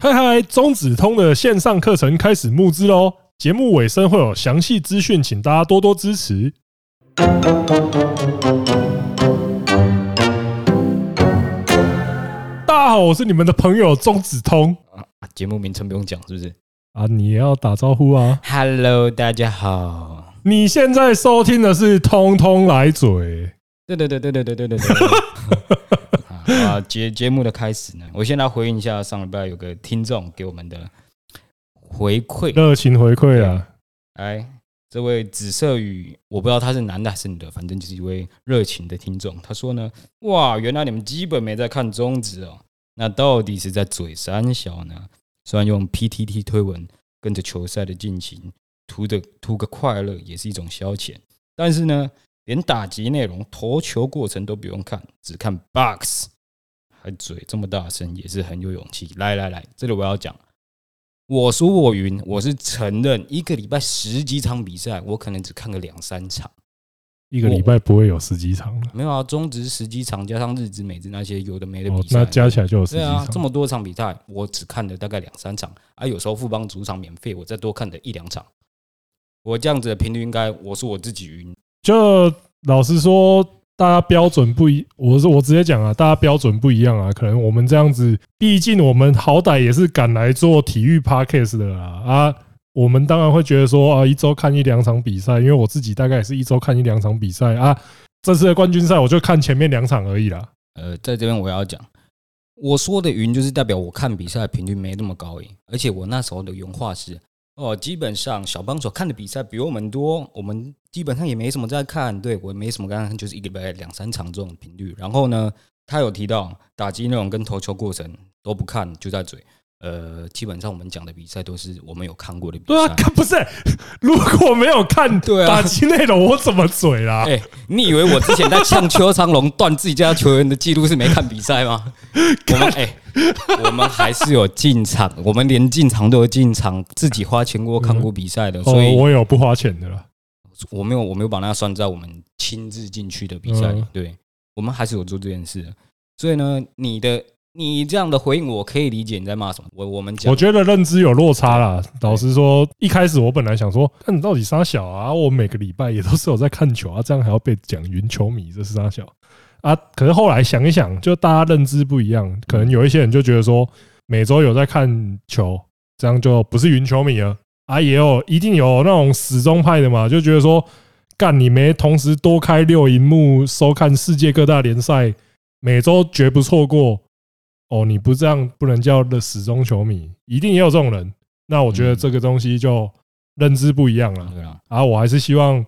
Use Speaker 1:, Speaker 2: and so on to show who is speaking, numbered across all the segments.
Speaker 1: 嗨嗨，中子通的线上课程开始募资喽！节目尾声会有详细资讯，请大家多多支持。大家好，我是你们的朋友中子通
Speaker 2: 啊节目名称不用讲，是不是
Speaker 1: 啊，你也要打招呼啊！
Speaker 2: ？Hello，大家好。
Speaker 1: 你现在收听的是《通通来嘴》，
Speaker 2: 对对对对对对对对对。啊，节节目的开始呢，我先来回应一下上礼拜有个听众给我们的回馈。
Speaker 1: 热情回馈啊！
Speaker 2: 哎，这位紫色雨，我不知道他是男的还是女的，反正就是一位热情的听众。他说呢，哇，原来你们基本没在看中指哦，那到底是在嘴三小呢？虽然用 PTT 推文跟着球赛的进行，图的图个快乐也是一种消遣，但是呢，连打击内容、投球过程都不用看，只看 box，还嘴这么大声，也是很有勇气。来来来，这里我要讲，我说我云，我是承认，一个礼拜十几场比赛，我可能只看个两三场，
Speaker 1: 一个礼拜不会有十几场了，
Speaker 2: 没有啊，中职十几场加上日职、美职那些有的没的
Speaker 1: 哦
Speaker 2: 比，赛，
Speaker 1: 那加起来就有十
Speaker 2: 对
Speaker 1: 几
Speaker 2: 啊，这
Speaker 1: 场。
Speaker 2: 么多场比赛，我只看了大概两三场啊，有时候富邦主场免费，我再多看了一两场。我这样子的频率应该，我说我自己晕，
Speaker 1: 就老实说，大家标准不一，我是我直接讲啊，大家标准不一样啊。可能我们这样子，毕竟我们好歹也是赶来做体育 podcast 的啦啊。我们当然会觉得说啊，一周看一两场比赛，因为我自己大概也是一周看一两场比赛啊。这次的冠军赛我就看前面两场而已啦。
Speaker 2: 呃，在这边我要讲，我说的云就是代表我看比赛的频率没那么高而已而且我那时候的原话是，哦，基本上小帮手看的比赛比我们多，我们基本上也没什么在看，对我没什么在看，就是一个礼拜两三场这种频率。然后呢，他有提到打击内容跟投球过程都不看，就在嘴。呃，基本上我们讲的比赛都是我们有看过的比
Speaker 1: 对啊，
Speaker 2: 赛。
Speaker 1: 看不是、如果没有看
Speaker 2: 对啊
Speaker 1: 打击内容，我怎么嘴啊啦？
Speaker 2: 哎、你以为我之前在呛邱昌龙断自己家球员的记录是没看比 赛吗？我们哎、我们还是有进场，我们连进场都有进场，自己花钱过看过比赛的，
Speaker 1: 哦
Speaker 2: 所，以
Speaker 1: 我有不花钱的啦。
Speaker 2: 我没有我没有把那算在我们亲自进去的比赛里
Speaker 1: 嗯。
Speaker 2: 对，我们还是有做这件事的。所以呢，你的你这样的回应，我可以理解你在骂什么。我我们讲
Speaker 1: 我，觉得认知有落差啦。老实说，一开始我本来想说，看你到底啥小啊？我每个礼拜也都是有在看球啊，这样还要被讲云球迷，这是啥小啊？可是后来想一想，就大家认知不一样，可能有一些人就觉得说，每周有在看球，这样就不是云球迷了啊。也有一定有那种死忠派的嘛，就觉得说，干你没同时多开六荧幕收看世界各大联赛，每周绝不错过。哦，你不这样不能叫的死忠球迷，一定也有这种人。那我觉得
Speaker 2: 嗯
Speaker 1: 这个东西就认知不一样了
Speaker 2: 对啊，
Speaker 1: 啊！我还是希望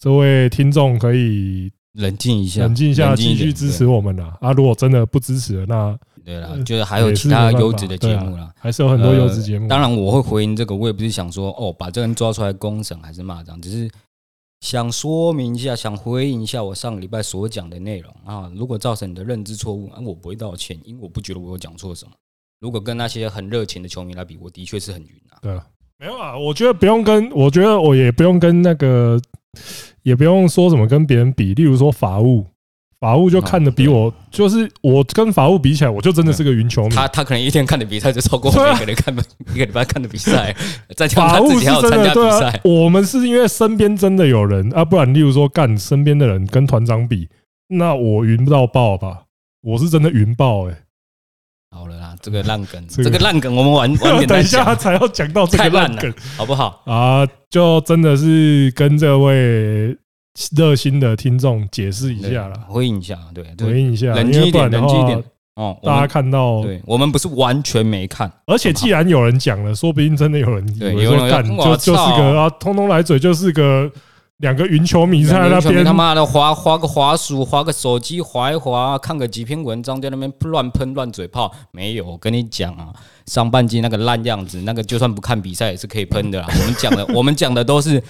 Speaker 1: 这位听众可以
Speaker 2: 冷静一下，
Speaker 1: 冷静一下，继
Speaker 2: 一
Speaker 1: 续
Speaker 2: 点
Speaker 1: 支持。嗯我们啦。啊！如果真的不支持了，那
Speaker 2: 对对啦，就是还有其他优质的节目啦。
Speaker 1: 还是有很多优质节目。
Speaker 2: 呃当然我会回应这个，我也不是想说哦，把这个人抓出来公审还是骂这样，只是想说明一下，想回应一下我上个礼拜所讲的内容啊。如果造成你的认知错误，啊，我不会道歉，因为我不觉得我有讲错什么。如果跟那些很热情的球迷来比，我的确是很晕啊。
Speaker 1: 没有啊，我觉得不用跟，我觉得我也不用跟那个，也不用说什么跟别人比。例如说法务，法务就看的比我，就是我跟法务比起来，我就真的是个云球迷。
Speaker 2: 他他可能一天看的比赛就超过我
Speaker 1: 对啊
Speaker 2: 们一个人 看的 一个礼拜看的比赛， 再加上
Speaker 1: 法
Speaker 2: 他
Speaker 1: 务
Speaker 2: 自
Speaker 1: 是
Speaker 2: 己还有
Speaker 1: 真
Speaker 2: 参
Speaker 1: 的
Speaker 2: 加比
Speaker 1: 对啊
Speaker 2: 赛，，
Speaker 1: 我们是因为身边真的有人啊，不然例如说干身边的人跟团长比，那我云到爆吧，我是真的云爆哎、
Speaker 2: 好了啦，这个烂梗，
Speaker 1: 这
Speaker 2: 这
Speaker 1: 个
Speaker 2: 个烂梗我们晚 晚点
Speaker 1: 等
Speaker 2: 再
Speaker 1: 一下
Speaker 2: 讲，
Speaker 1: 才要讲到这
Speaker 2: 太
Speaker 1: 个
Speaker 2: 烂
Speaker 1: 烂
Speaker 2: 了
Speaker 1: 梗，
Speaker 2: 好不好？
Speaker 1: 啊，就真的是跟这位热心的听众解释一下啦，
Speaker 2: 回应一下，对，对。
Speaker 1: 回应一下，
Speaker 2: 冷
Speaker 1: 啊因
Speaker 2: 静
Speaker 1: 为
Speaker 2: 一
Speaker 1: 不然
Speaker 2: 点，
Speaker 1: 的
Speaker 2: 冷静一点
Speaker 1: 话，。
Speaker 2: 哦，我
Speaker 1: 大家
Speaker 2: 们
Speaker 1: 看到，
Speaker 2: 对我们不是完全没看，
Speaker 1: 而且既然有人讲了，说不定真的有人以
Speaker 2: 对
Speaker 1: 为
Speaker 2: 有人
Speaker 1: 说
Speaker 2: 会
Speaker 1: 干
Speaker 2: 说
Speaker 1: 就
Speaker 2: 哇
Speaker 1: 就是个
Speaker 2: 操
Speaker 1: 啊，通通来嘴就是个两个云球迷在那
Speaker 2: 全
Speaker 1: 边
Speaker 2: 他妈的滑滑个滑鼠，滑个手机滑一滑，看个几篇文章，在那边乱喷乱嘴炮。没有，我跟你讲啊，上半季那个烂样子，那个就算不看比赛也是可以 喷的啦。我们讲的，我们讲的都是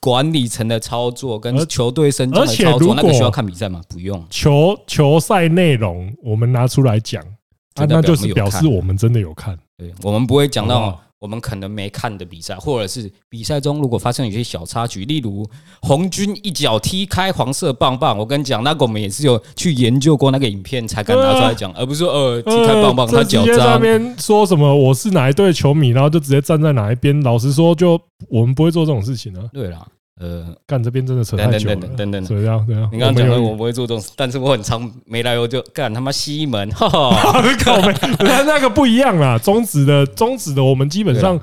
Speaker 2: 管理层的操作跟
Speaker 1: 而
Speaker 2: 球队身上
Speaker 1: 而
Speaker 2: 的
Speaker 1: 且
Speaker 2: 操
Speaker 1: 如
Speaker 2: 作，那个需
Speaker 1: 果
Speaker 2: 要看比赛吗？不用。
Speaker 1: 球球赛内容我们拿出来讲啊，啊
Speaker 2: 就代表
Speaker 1: 那就是
Speaker 2: 我们有
Speaker 1: 表
Speaker 2: 看
Speaker 1: 示我们真的有看，
Speaker 2: 对，我们不会讲
Speaker 1: 好不
Speaker 2: 到
Speaker 1: 好
Speaker 2: 我们可能没看的比赛，或者是比赛中如果发生有些小插曲，例如红军一脚踢开黄色棒棒，我跟你讲，那个我们也是有去研究过那个影片才敢拿出来讲，而不是说呃踢开棒棒
Speaker 1: 呃
Speaker 2: 他
Speaker 1: 这
Speaker 2: 脚
Speaker 1: 嗯直接在那
Speaker 2: 脏，
Speaker 1: 边说什么我是哪一队球迷，然后就直接站在哪一边。老实说，就我们不会做这种事情啊。
Speaker 2: 对啦，呃，
Speaker 1: 干这边真的扯太久了，
Speaker 2: 等等等等等等
Speaker 1: 所以这样这样。
Speaker 2: 你刚刚讲
Speaker 1: 我
Speaker 2: 的
Speaker 1: 们有
Speaker 2: 我不会做这种事，但是我很常没来由就干他妈西门， 哈哈，
Speaker 1: 靠背，那那个不一样啦。中指的中指的，我们基本上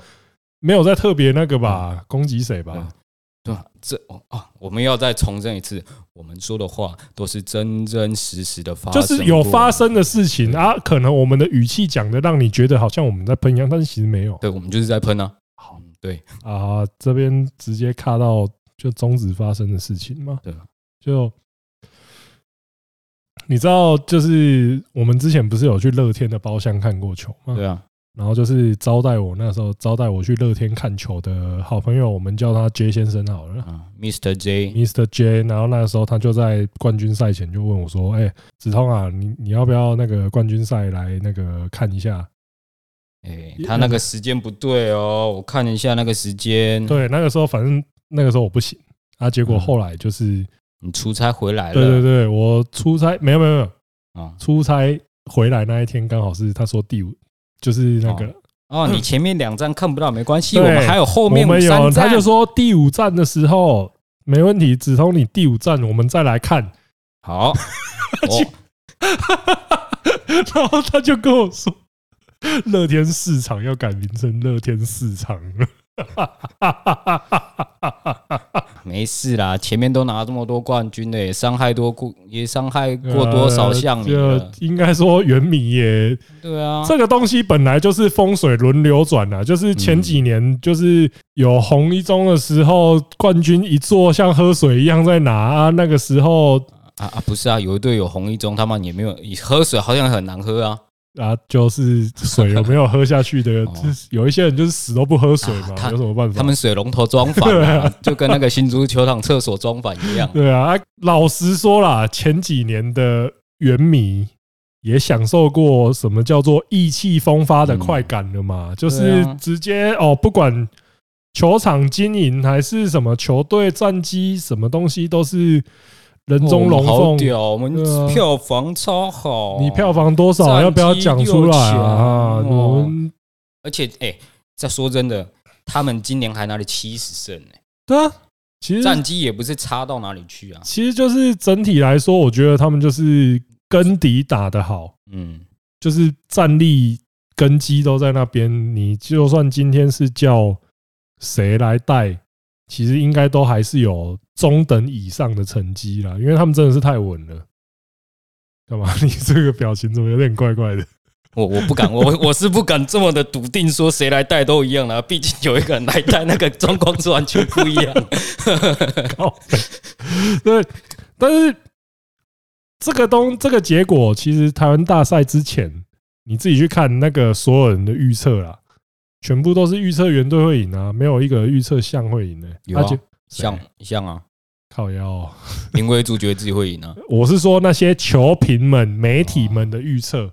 Speaker 1: 没有在特别那个
Speaker 2: 嗯
Speaker 1: 吧，攻击谁吧？
Speaker 2: 对吧？这哦啊，我们要再重申一次，我们说的话都是真真实实的发生
Speaker 1: 就
Speaker 2: 过，
Speaker 1: 是有发生的事情啊，可能我们的语气讲的让你觉得好像我们在喷一样，但是其实没有
Speaker 2: 对，我们就是在喷啊。
Speaker 1: 好
Speaker 2: 嗯，对，
Speaker 1: 啊。这边直接卡到就中指发生的事情嘛，
Speaker 2: 对，
Speaker 1: 就。你知道，就是我们之前不是有去乐天的包厢看过球吗？
Speaker 2: 对啊，
Speaker 1: 然后就是招待我那时候招待我去乐天看球的好朋友，我们叫他 J 先生好了
Speaker 2: 啊，Mr. J，
Speaker 1: ，Mr. J。然后那时候他就在冠军赛前就问我说：“哎，子通啊，你你要不要那个冠军赛来那个看一下
Speaker 2: 哎，他那个时间不对哦，我看一下那个时？”间，
Speaker 1: 对，那个时候反正那个时候我不行啊，结果后来就是
Speaker 2: 你出差回嗯来了，
Speaker 1: 对对对，我出差没有没有没有
Speaker 2: 啊，
Speaker 1: 出差回来那一天刚好是他说第五，就是那个
Speaker 2: 哦，你前面两站看不到没关系，
Speaker 1: 对
Speaker 2: 我们还有哦后面
Speaker 1: 我们有，
Speaker 2: 三
Speaker 1: 他
Speaker 2: 站，
Speaker 1: 就说第五站的时候没问题，子通你第五站我们再来看。
Speaker 2: 好，哦我
Speaker 1: 然后他就跟我说，乐天市场要改名成乐天市场了。
Speaker 2: 没事啦，前面都拿这么多冠军了，也伤害多过，也伤害 过多少项你
Speaker 1: 呃
Speaker 2: 了？
Speaker 1: 就应该说原米也
Speaker 2: 对啊，
Speaker 1: 这个东西本来就是风水轮流转啊，就是前
Speaker 2: 嗯
Speaker 1: 几年就是有红一中的时候，冠军一坐像喝水一样在拿、啊，那个时候
Speaker 2: 啊啊，不是啊，有一队有红一中，他们也没有喝水，好像很难喝啊。
Speaker 1: 啊，就是水有没有喝下去的，
Speaker 2: 哦
Speaker 1: 就是有一些人就是死都不喝水嘛
Speaker 2: 啊，他
Speaker 1: 有什么办法？
Speaker 2: 他们水龙头装 反啊，就跟那个新足球场厕所装反一样。
Speaker 1: 对啊，啊老实说啦，前几年的原迷也享受过什么叫做意气风发的快感了嘛，就是
Speaker 2: 嗯对啊
Speaker 1: 直接哦，不管球场经营还是什么球队战绩，什么东西都是人中龙
Speaker 2: 哦我们好
Speaker 1: 凤。
Speaker 2: 屌，我
Speaker 1: 对
Speaker 2: 们
Speaker 1: 啊
Speaker 2: 票房超好。
Speaker 1: 你票，房多少？
Speaker 2: 战绩
Speaker 1: 要不要讲出来啊？
Speaker 2: 六强哦
Speaker 1: 我们
Speaker 2: 而且哎、再说真的，他们今年还拿了七十胜、欸，
Speaker 1: 对啊，其实
Speaker 2: 战绩也不是差到哪里去啊。
Speaker 1: 其实就是整体来说，我觉得他们就是跟底打得好，
Speaker 2: 嗯，
Speaker 1: 就是战力根基都在那边。你就算今天是叫谁来带，其实应该都还是有中等以上的成绩啦，因为他们真的是太稳了。干嘛？ 你这个表情怎么有点怪怪的？
Speaker 2: 我我不敢，我我是不敢这么的笃定说谁来带都一样啦、毕竟有一个人来带，那个状况是完全不 一样。
Speaker 1: 靠北对，但是这个东这个结果，其实台湾大赛之前，你自己去看那个所有人的预测啦，全部都是预测原队会赢啊，没有一个预测项会赢的、
Speaker 2: 有啊
Speaker 1: 而且
Speaker 2: 像像啊，
Speaker 1: 靠腰哦、
Speaker 2: 林威柱觉得自己会赢啊。
Speaker 1: 我是说那些球评们、媒体们的预测，
Speaker 2: 哦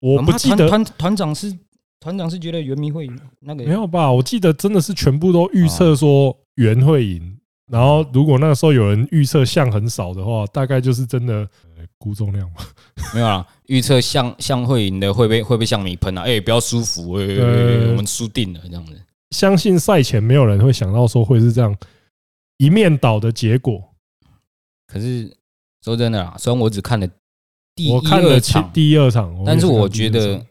Speaker 1: 我不记得
Speaker 2: 啊团团团长是团长是觉得原迷会赢那个
Speaker 1: 没有吧？我记得真的是全部都预
Speaker 2: 哦
Speaker 1: 测说圆会赢，然后如果那个时候有人预测项很少的话，大概就是真的呃估重量嘛。
Speaker 2: 没有啦，预测像像会赢的会被会被像迷喷啊，哎、不要舒服，哎、
Speaker 1: 对
Speaker 2: 我们输定了这样子。
Speaker 1: 相信赛前没有人会想到说会是这样一面倒的结果。
Speaker 2: 可是说真的啦，虽然我只看了第一
Speaker 1: 我看了
Speaker 2: 二
Speaker 1: 其
Speaker 2: 场，
Speaker 1: 第二场，
Speaker 2: 但是
Speaker 1: 也
Speaker 2: 我
Speaker 1: 看第
Speaker 2: 觉
Speaker 1: 二
Speaker 2: 得
Speaker 1: 场，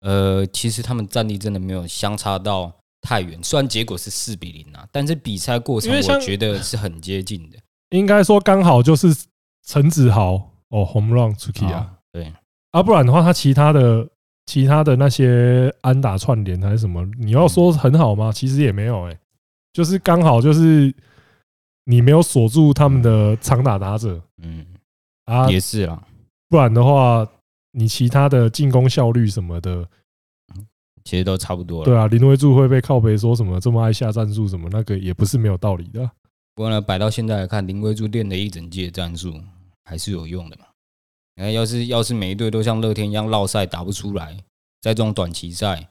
Speaker 2: 呃，其实他们战力真的没有相差到太远。虽然结果是四比零啊，但是比赛过程
Speaker 1: 因为像
Speaker 2: 我觉得是很接近的。
Speaker 1: 应该说刚好就是陈子豪哦，home run 出去啊。
Speaker 2: 啊，对，
Speaker 1: 啊，不然的话，他其他的其他的那些安打串联还是什么，你要说很好
Speaker 2: 嗯
Speaker 1: 吗？其实也没有、欸，就是刚好就是你没有锁住他们的长打打者
Speaker 2: 嗯，
Speaker 1: 啊，
Speaker 2: 也是啦。
Speaker 1: 不然的话，你其他的进攻效率什么的，
Speaker 2: 其实都差不多了。
Speaker 1: 对啊，林威柱会被靠背说什么这么爱下战术什么，那个也不是没有道理的啊。
Speaker 2: 不过呢，摆到现在来看，林威柱练了一整季的战术还是有用的嘛。你看，要是要是每一队都像乐天一样绕赛打不出来，在这种短期赛，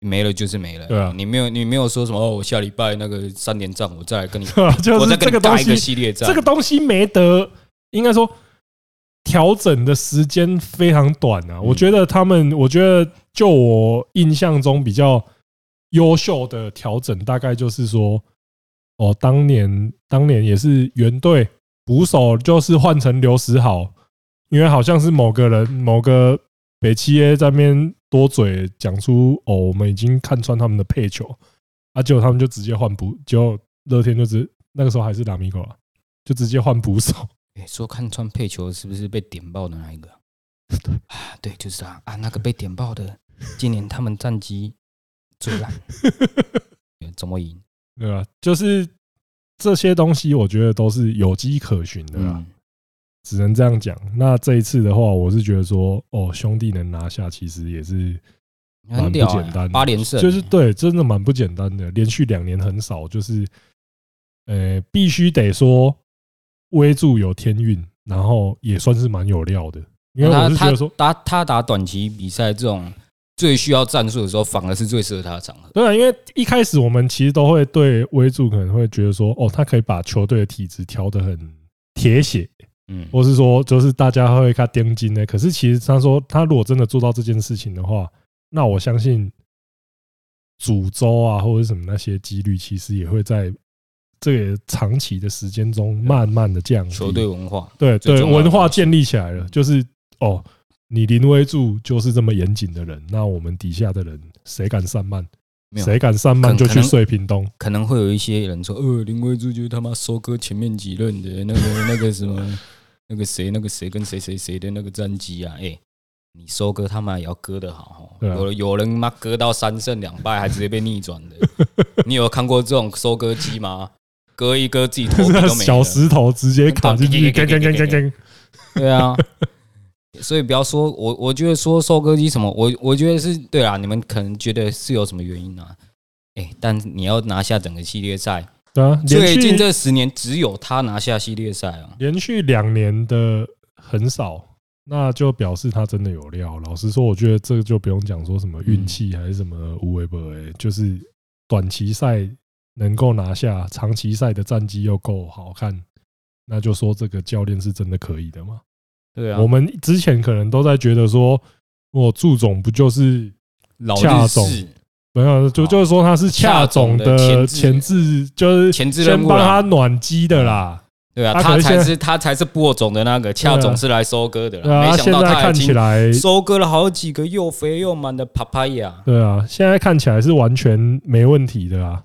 Speaker 2: 没了就是没了。
Speaker 1: 对啊
Speaker 2: 你没有你没有说什么哦，我下礼拜那个三连战，我再来 跟你，
Speaker 1: 对啊，就
Speaker 2: 我
Speaker 1: 是
Speaker 2: 再
Speaker 1: 这
Speaker 2: 跟
Speaker 1: 个
Speaker 2: 你
Speaker 1: 东
Speaker 2: 打一个
Speaker 1: 西，
Speaker 2: 系列战。
Speaker 1: 这个东西没得，应该说调整的时间非常短啊。我觉得他们，我觉得就我印象中比较优秀的调整，大概就是说，哦，当年当年也是原队捕手就是换成刘时豪，因为好像是某个人某个北七 A 在那边多嘴讲出哦，我们已经看穿他们的配球，啊，结果他们就直接换捕，结果乐天就直那个时候还是拉米狗啊，就直接换捕手，
Speaker 2: 诶说看穿配球是不是被点爆的那 一个？啊，对，就是他啊，那个被点爆的，今年他们战绩 最烂，怎么赢？
Speaker 1: 对吧？就是这些东西，我觉得都是有迹可循的啦，
Speaker 2: 嗯，
Speaker 1: 只能这样讲。那这一次的话，我是觉得说，哦，兄弟能拿下，其实也是
Speaker 2: 很屌、
Speaker 1: 蛮不简单
Speaker 2: 欸，
Speaker 1: 的
Speaker 2: 八连胜、
Speaker 1: 就是
Speaker 2: 欸
Speaker 1: 对，真的蛮不简单的，连续两年很少，就是呃，必须得说威助有天运，然后也算是蛮有料的，因为
Speaker 2: 哦他
Speaker 1: 我是觉得说
Speaker 2: 他。打他打短期比赛这种最需要战术的时候，反而是最适合他的场合。
Speaker 1: 对啊，因为一开始我们其实都会对威助可能会觉得说，哦，他可以把球队的体质调得很铁血，
Speaker 2: 嗯，
Speaker 1: 或是说就是大家会看盯紧呢。可是其实他说，他如果真的做到这件事情的话，那我相信主州啊或者什么那些几率，其实也会在这个长期的时间中慢慢的降低。
Speaker 2: 球队文化，
Speaker 1: 对
Speaker 2: 最
Speaker 1: 对，
Speaker 2: 重要的
Speaker 1: 文化
Speaker 2: 东西
Speaker 1: 建立起来了，就是哦，你林威助就是这么严谨的人，那我们底下的人谁敢散漫？
Speaker 2: 没有
Speaker 1: 谁敢散漫
Speaker 2: 可
Speaker 1: 就
Speaker 2: 可
Speaker 1: 去
Speaker 2: 能
Speaker 1: 睡屏东。
Speaker 2: 可能会有一些人说，呃，林威柱就是他妈收割前面几任的那个那个 什么那个谁那个谁跟谁谁谁的那个战绩啊，哎、你收割他妈也要割得好哦。
Speaker 1: 对啊
Speaker 2: 有有人妈割到三胜两败，还直接被逆转 的，你有看过这种收割机吗？割一割自己头 皮都没了
Speaker 1: 啊小石头直接卡进去，
Speaker 2: 咚
Speaker 1: 跟
Speaker 2: 咚
Speaker 1: 跟
Speaker 2: 咚咚
Speaker 1: 跟
Speaker 2: 咚
Speaker 1: 跟跟，
Speaker 2: 对啊，所以不要说我，我觉得说收割机什么，我我觉得是对啦，你们可能觉得是有什么原因啊？哎、但你要拿下整个系列赛，
Speaker 1: 对啊，连
Speaker 2: 最近
Speaker 1: 续
Speaker 2: 这十年只有他拿下系列赛啊。
Speaker 1: 连续两年的很少，那就表示他真的有料。老实说，我觉得这个就不用讲说什么运气还是什么无为不为，就是短期赛能够拿下，长期赛的战绩又够好看，那就说这个教练是真的可以的嘛？
Speaker 2: 对啊
Speaker 1: 我们之前可能都在觉得说，我祝总不就是
Speaker 2: 老
Speaker 1: 恰
Speaker 2: 日
Speaker 1: 总
Speaker 2: 式
Speaker 1: 没有，就
Speaker 2: 好
Speaker 1: 就是说他是恰总
Speaker 2: 啊恰总
Speaker 1: 的
Speaker 2: 的
Speaker 1: 前
Speaker 2: 前
Speaker 1: 置，就是
Speaker 2: 前置
Speaker 1: 先
Speaker 2: 任务
Speaker 1: 帮他
Speaker 2: 啦，
Speaker 1: 暖机的啦。
Speaker 2: 对啊，
Speaker 1: 他可
Speaker 2: 他
Speaker 1: 能现
Speaker 2: 才
Speaker 1: 在
Speaker 2: 是他才是播种的那个，恰
Speaker 1: 对啊
Speaker 2: 总是来收割的
Speaker 1: 对
Speaker 2: 啦。
Speaker 1: 啊，
Speaker 2: 没想
Speaker 1: 现
Speaker 2: 到
Speaker 1: 在
Speaker 2: 他已
Speaker 1: 看起
Speaker 2: 经
Speaker 1: 来，
Speaker 2: 收割了好几个又肥又满的帕帕亚。
Speaker 1: 对啊，现在看起来是完全没问题的啊。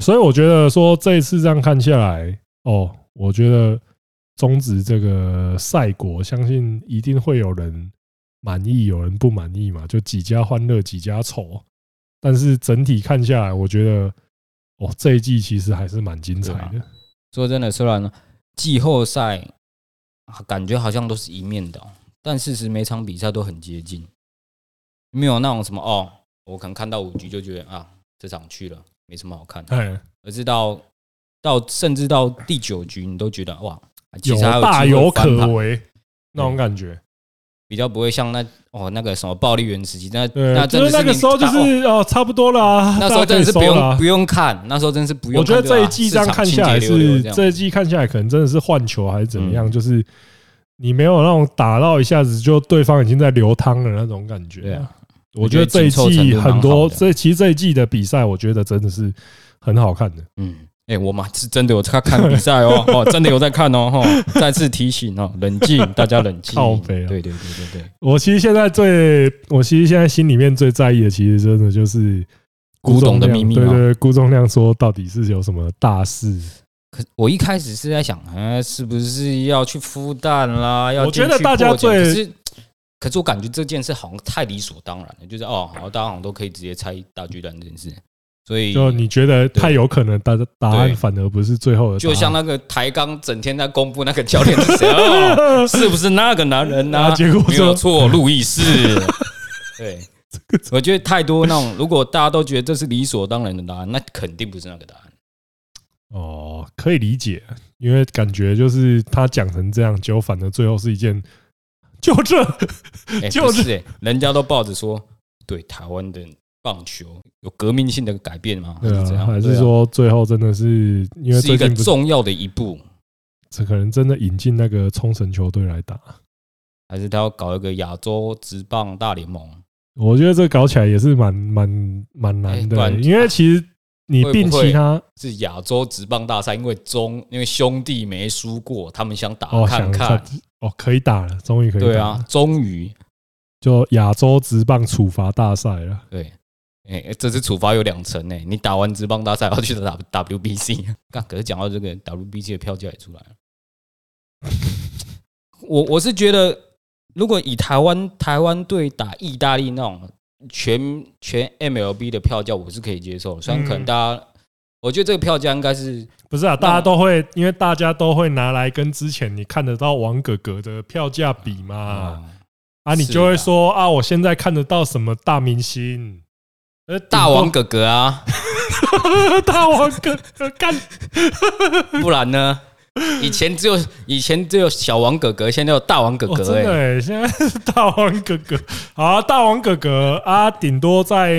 Speaker 1: 所以我觉得说这一次这样看下来，哦，我觉得终止这个赛果，相信一定会有人满意，有人不满意嘛，就几家欢乐几家愁。但是整体看下来，我觉得哦，这一季其实还是蛮精彩
Speaker 2: 对
Speaker 1: 的。
Speaker 2: 说真的，虽然季后赛啊感觉好像都是一面倒，但事实每场比赛都很接近，没有那种什么哦，我可能看到五局就觉得啊，这场去了没什么好看，
Speaker 1: 哎，
Speaker 2: 而是到到甚至到第九局，你都觉得哇，其
Speaker 1: 有
Speaker 2: 实还机
Speaker 1: 大
Speaker 2: 会
Speaker 1: 有
Speaker 2: 翻
Speaker 1: 可
Speaker 2: 盘，
Speaker 1: 为那种感觉。
Speaker 2: 比较不会像那哦那个什么暴力原时期，那
Speaker 1: 对，
Speaker 2: 那真
Speaker 1: 就
Speaker 2: 的
Speaker 1: 是那个
Speaker 2: 你
Speaker 1: 时候就
Speaker 2: 打哦
Speaker 1: 是哦，差不多了啊，
Speaker 2: 那时候
Speaker 1: 大家
Speaker 2: 真
Speaker 1: 可以
Speaker 2: 的是不
Speaker 1: 收了啊
Speaker 2: 用不用看，那时候真的是不用
Speaker 1: 我觉
Speaker 2: 看
Speaker 1: 得
Speaker 2: 就啊。
Speaker 1: 这一季这样看下来
Speaker 2: 市场清洁流
Speaker 1: 是
Speaker 2: 流这
Speaker 1: 这
Speaker 2: 样
Speaker 1: 一季看下来可能真的是换球还是怎么样，
Speaker 2: 嗯
Speaker 1: 就是你没有那种打到一下子就对方已经在流汤的那种感
Speaker 2: 对
Speaker 1: 觉
Speaker 2: 啊。
Speaker 1: 我觉得这一
Speaker 2: 我觉得紧凑程
Speaker 1: 季
Speaker 2: 度蛮好的
Speaker 1: 很多，这其实这一季的比赛，我觉得真的是很好看的。
Speaker 2: 嗯，哎、我妈是真的有在看比赛 哦，哦，真的有在看哦，哈，再次提醒哦，冷静，大家冷静。
Speaker 1: 靠北啊
Speaker 2: 对对对对对，
Speaker 1: 我其实现在最，我其实现在心里面最在意的，其实真的就是
Speaker 2: 古董的
Speaker 1: 仲亮
Speaker 2: 秘密
Speaker 1: 对
Speaker 2: 吗
Speaker 1: 对，对辜仲亮说到底是有什么大事？
Speaker 2: 可是我一开始是在想，哎、是不是要去孵蛋啦？要
Speaker 1: 我觉得
Speaker 2: 进去
Speaker 1: 大家
Speaker 2: 破茧
Speaker 1: 最
Speaker 2: 可是，可是我感觉这件事好像太理所当然了，就是哦，好，大家好像都可以直接猜大巨蛋这件事，所以
Speaker 1: 就你觉得太有可能，答答案
Speaker 2: 对
Speaker 1: 反而不是最后的答案，
Speaker 2: 就像那个台钢整天在公布那个教练是 谁、哦，是不是那个男人呢、
Speaker 1: 啊结果
Speaker 2: 没
Speaker 1: 就
Speaker 2: 有错，路 易斯。对，我觉得太多那种，如果大家都觉得这是理所当然的答案，那肯定不是那个答案。
Speaker 1: 哦，可以理解，因为感觉就是他讲成这样，结果反而最后是一件，就这
Speaker 2: 哎、
Speaker 1: 就
Speaker 2: 不是、哎，人家都抱着说，对台湾的棒球有革命性的改变吗？还
Speaker 1: 对
Speaker 2: 是怎
Speaker 1: 啊，
Speaker 2: 样？
Speaker 1: 还
Speaker 2: 对
Speaker 1: 是
Speaker 2: 啊
Speaker 1: 说最后真的是因为
Speaker 2: 是
Speaker 1: 最
Speaker 2: 一个
Speaker 1: 近不是
Speaker 2: 重要的一步，
Speaker 1: 这可能真的引进那个冲绳球队来打？
Speaker 2: 还是他要搞一个亚洲职棒大联盟？
Speaker 1: 我觉得这搞起来也是蛮蛮蛮
Speaker 2: 哎
Speaker 1: 难
Speaker 2: 不
Speaker 1: 的，
Speaker 2: 然
Speaker 1: 因为其实你
Speaker 2: 会不
Speaker 1: 定其
Speaker 2: 会
Speaker 1: 他
Speaker 2: 是亚洲职棒大赛，因为中因为兄弟没输过，他们想打
Speaker 1: 哦，
Speaker 2: 啊看
Speaker 1: 想
Speaker 2: 看，
Speaker 1: 哦，可以打了，终于可以打
Speaker 2: 对
Speaker 1: 了
Speaker 2: 啊，，终于
Speaker 1: 就亚洲职棒处罚大赛 了，
Speaker 2: 对，哎、这次处罚有两层呢，你打完职棒大赛还要去打 WBC，干，可是讲到这个 WBC 的票价也出来了，我我是觉得，如果以台湾台湾队打意大利那种全全 MLB 的票价，我是可以接受的，虽然可能
Speaker 1: 嗯
Speaker 2: 大家，我觉得这个票价应该是
Speaker 1: 不是啊？大家都会，因为大家都会拿来跟之前你看得到王哥哥的票价比嘛，
Speaker 2: 啊。
Speaker 1: 啊，你
Speaker 2: 是
Speaker 1: 就会
Speaker 2: 啊
Speaker 1: 说啊，我现在看得到什么大明星，呃，
Speaker 2: 大王
Speaker 1: 哥，
Speaker 2: 哥哥 啊，
Speaker 1: 大王哥哥干，
Speaker 2: 不然呢？以前只有以前只有小王哥哥，现在有大王哥
Speaker 1: 哦，
Speaker 2: 哥
Speaker 1: 真的
Speaker 2: 哎、
Speaker 1: 欸，现在是大王哥哥， 好啊，大王哥哥啊，顶多在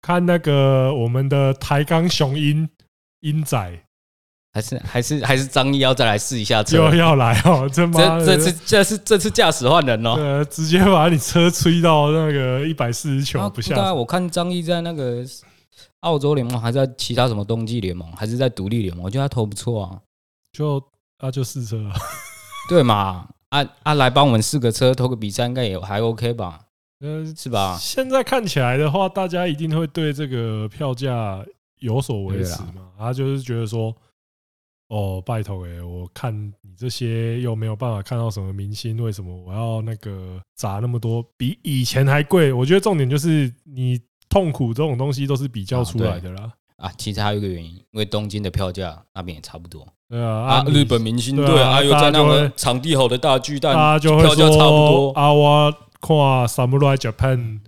Speaker 1: 看那个我们的台钢雄鹰鹰仔
Speaker 2: 还是还是还是张毅要再来试一下车，
Speaker 1: 又要来哦，这妈的
Speaker 2: 这这次这次这次驾驶换人哦。
Speaker 1: 呃，直接把你车吹到那个一百四十
Speaker 2: 啊
Speaker 1: 九不下
Speaker 2: 对啊，我看张毅在那个澳洲联盟，还是在其他什么冬季联盟，还是在独立联盟，我觉得他投不错啊。
Speaker 1: 就啊就试车啊，
Speaker 2: 对嘛？啊啊，来帮我们试个车，投个比赛，应该也还 OK 吧？
Speaker 1: 呃，
Speaker 2: 是吧？
Speaker 1: 现在看起来的话，大家一定会对这个票价有所维持嘛，他就是觉得说，哦，拜托哎、我看你这些又没有办法看到什么明星，为什么我要那个砸那么多，比以前还贵？我觉得重点就是你痛苦这种东西都是比较出来的啦，
Speaker 2: 啊，其实还有一个原因，因为东京的票价那边也差不多
Speaker 1: 对啊，
Speaker 2: 啊。
Speaker 1: 你
Speaker 2: 日本明星队
Speaker 1: 对啊
Speaker 2: 啊，又
Speaker 1: 大家
Speaker 2: 在那
Speaker 1: 就会
Speaker 2: 个场地好的大巨蛋，
Speaker 1: 大家就会
Speaker 2: 票价
Speaker 1: 说
Speaker 2: 差不多。
Speaker 1: 啊，我看 Samurai Japan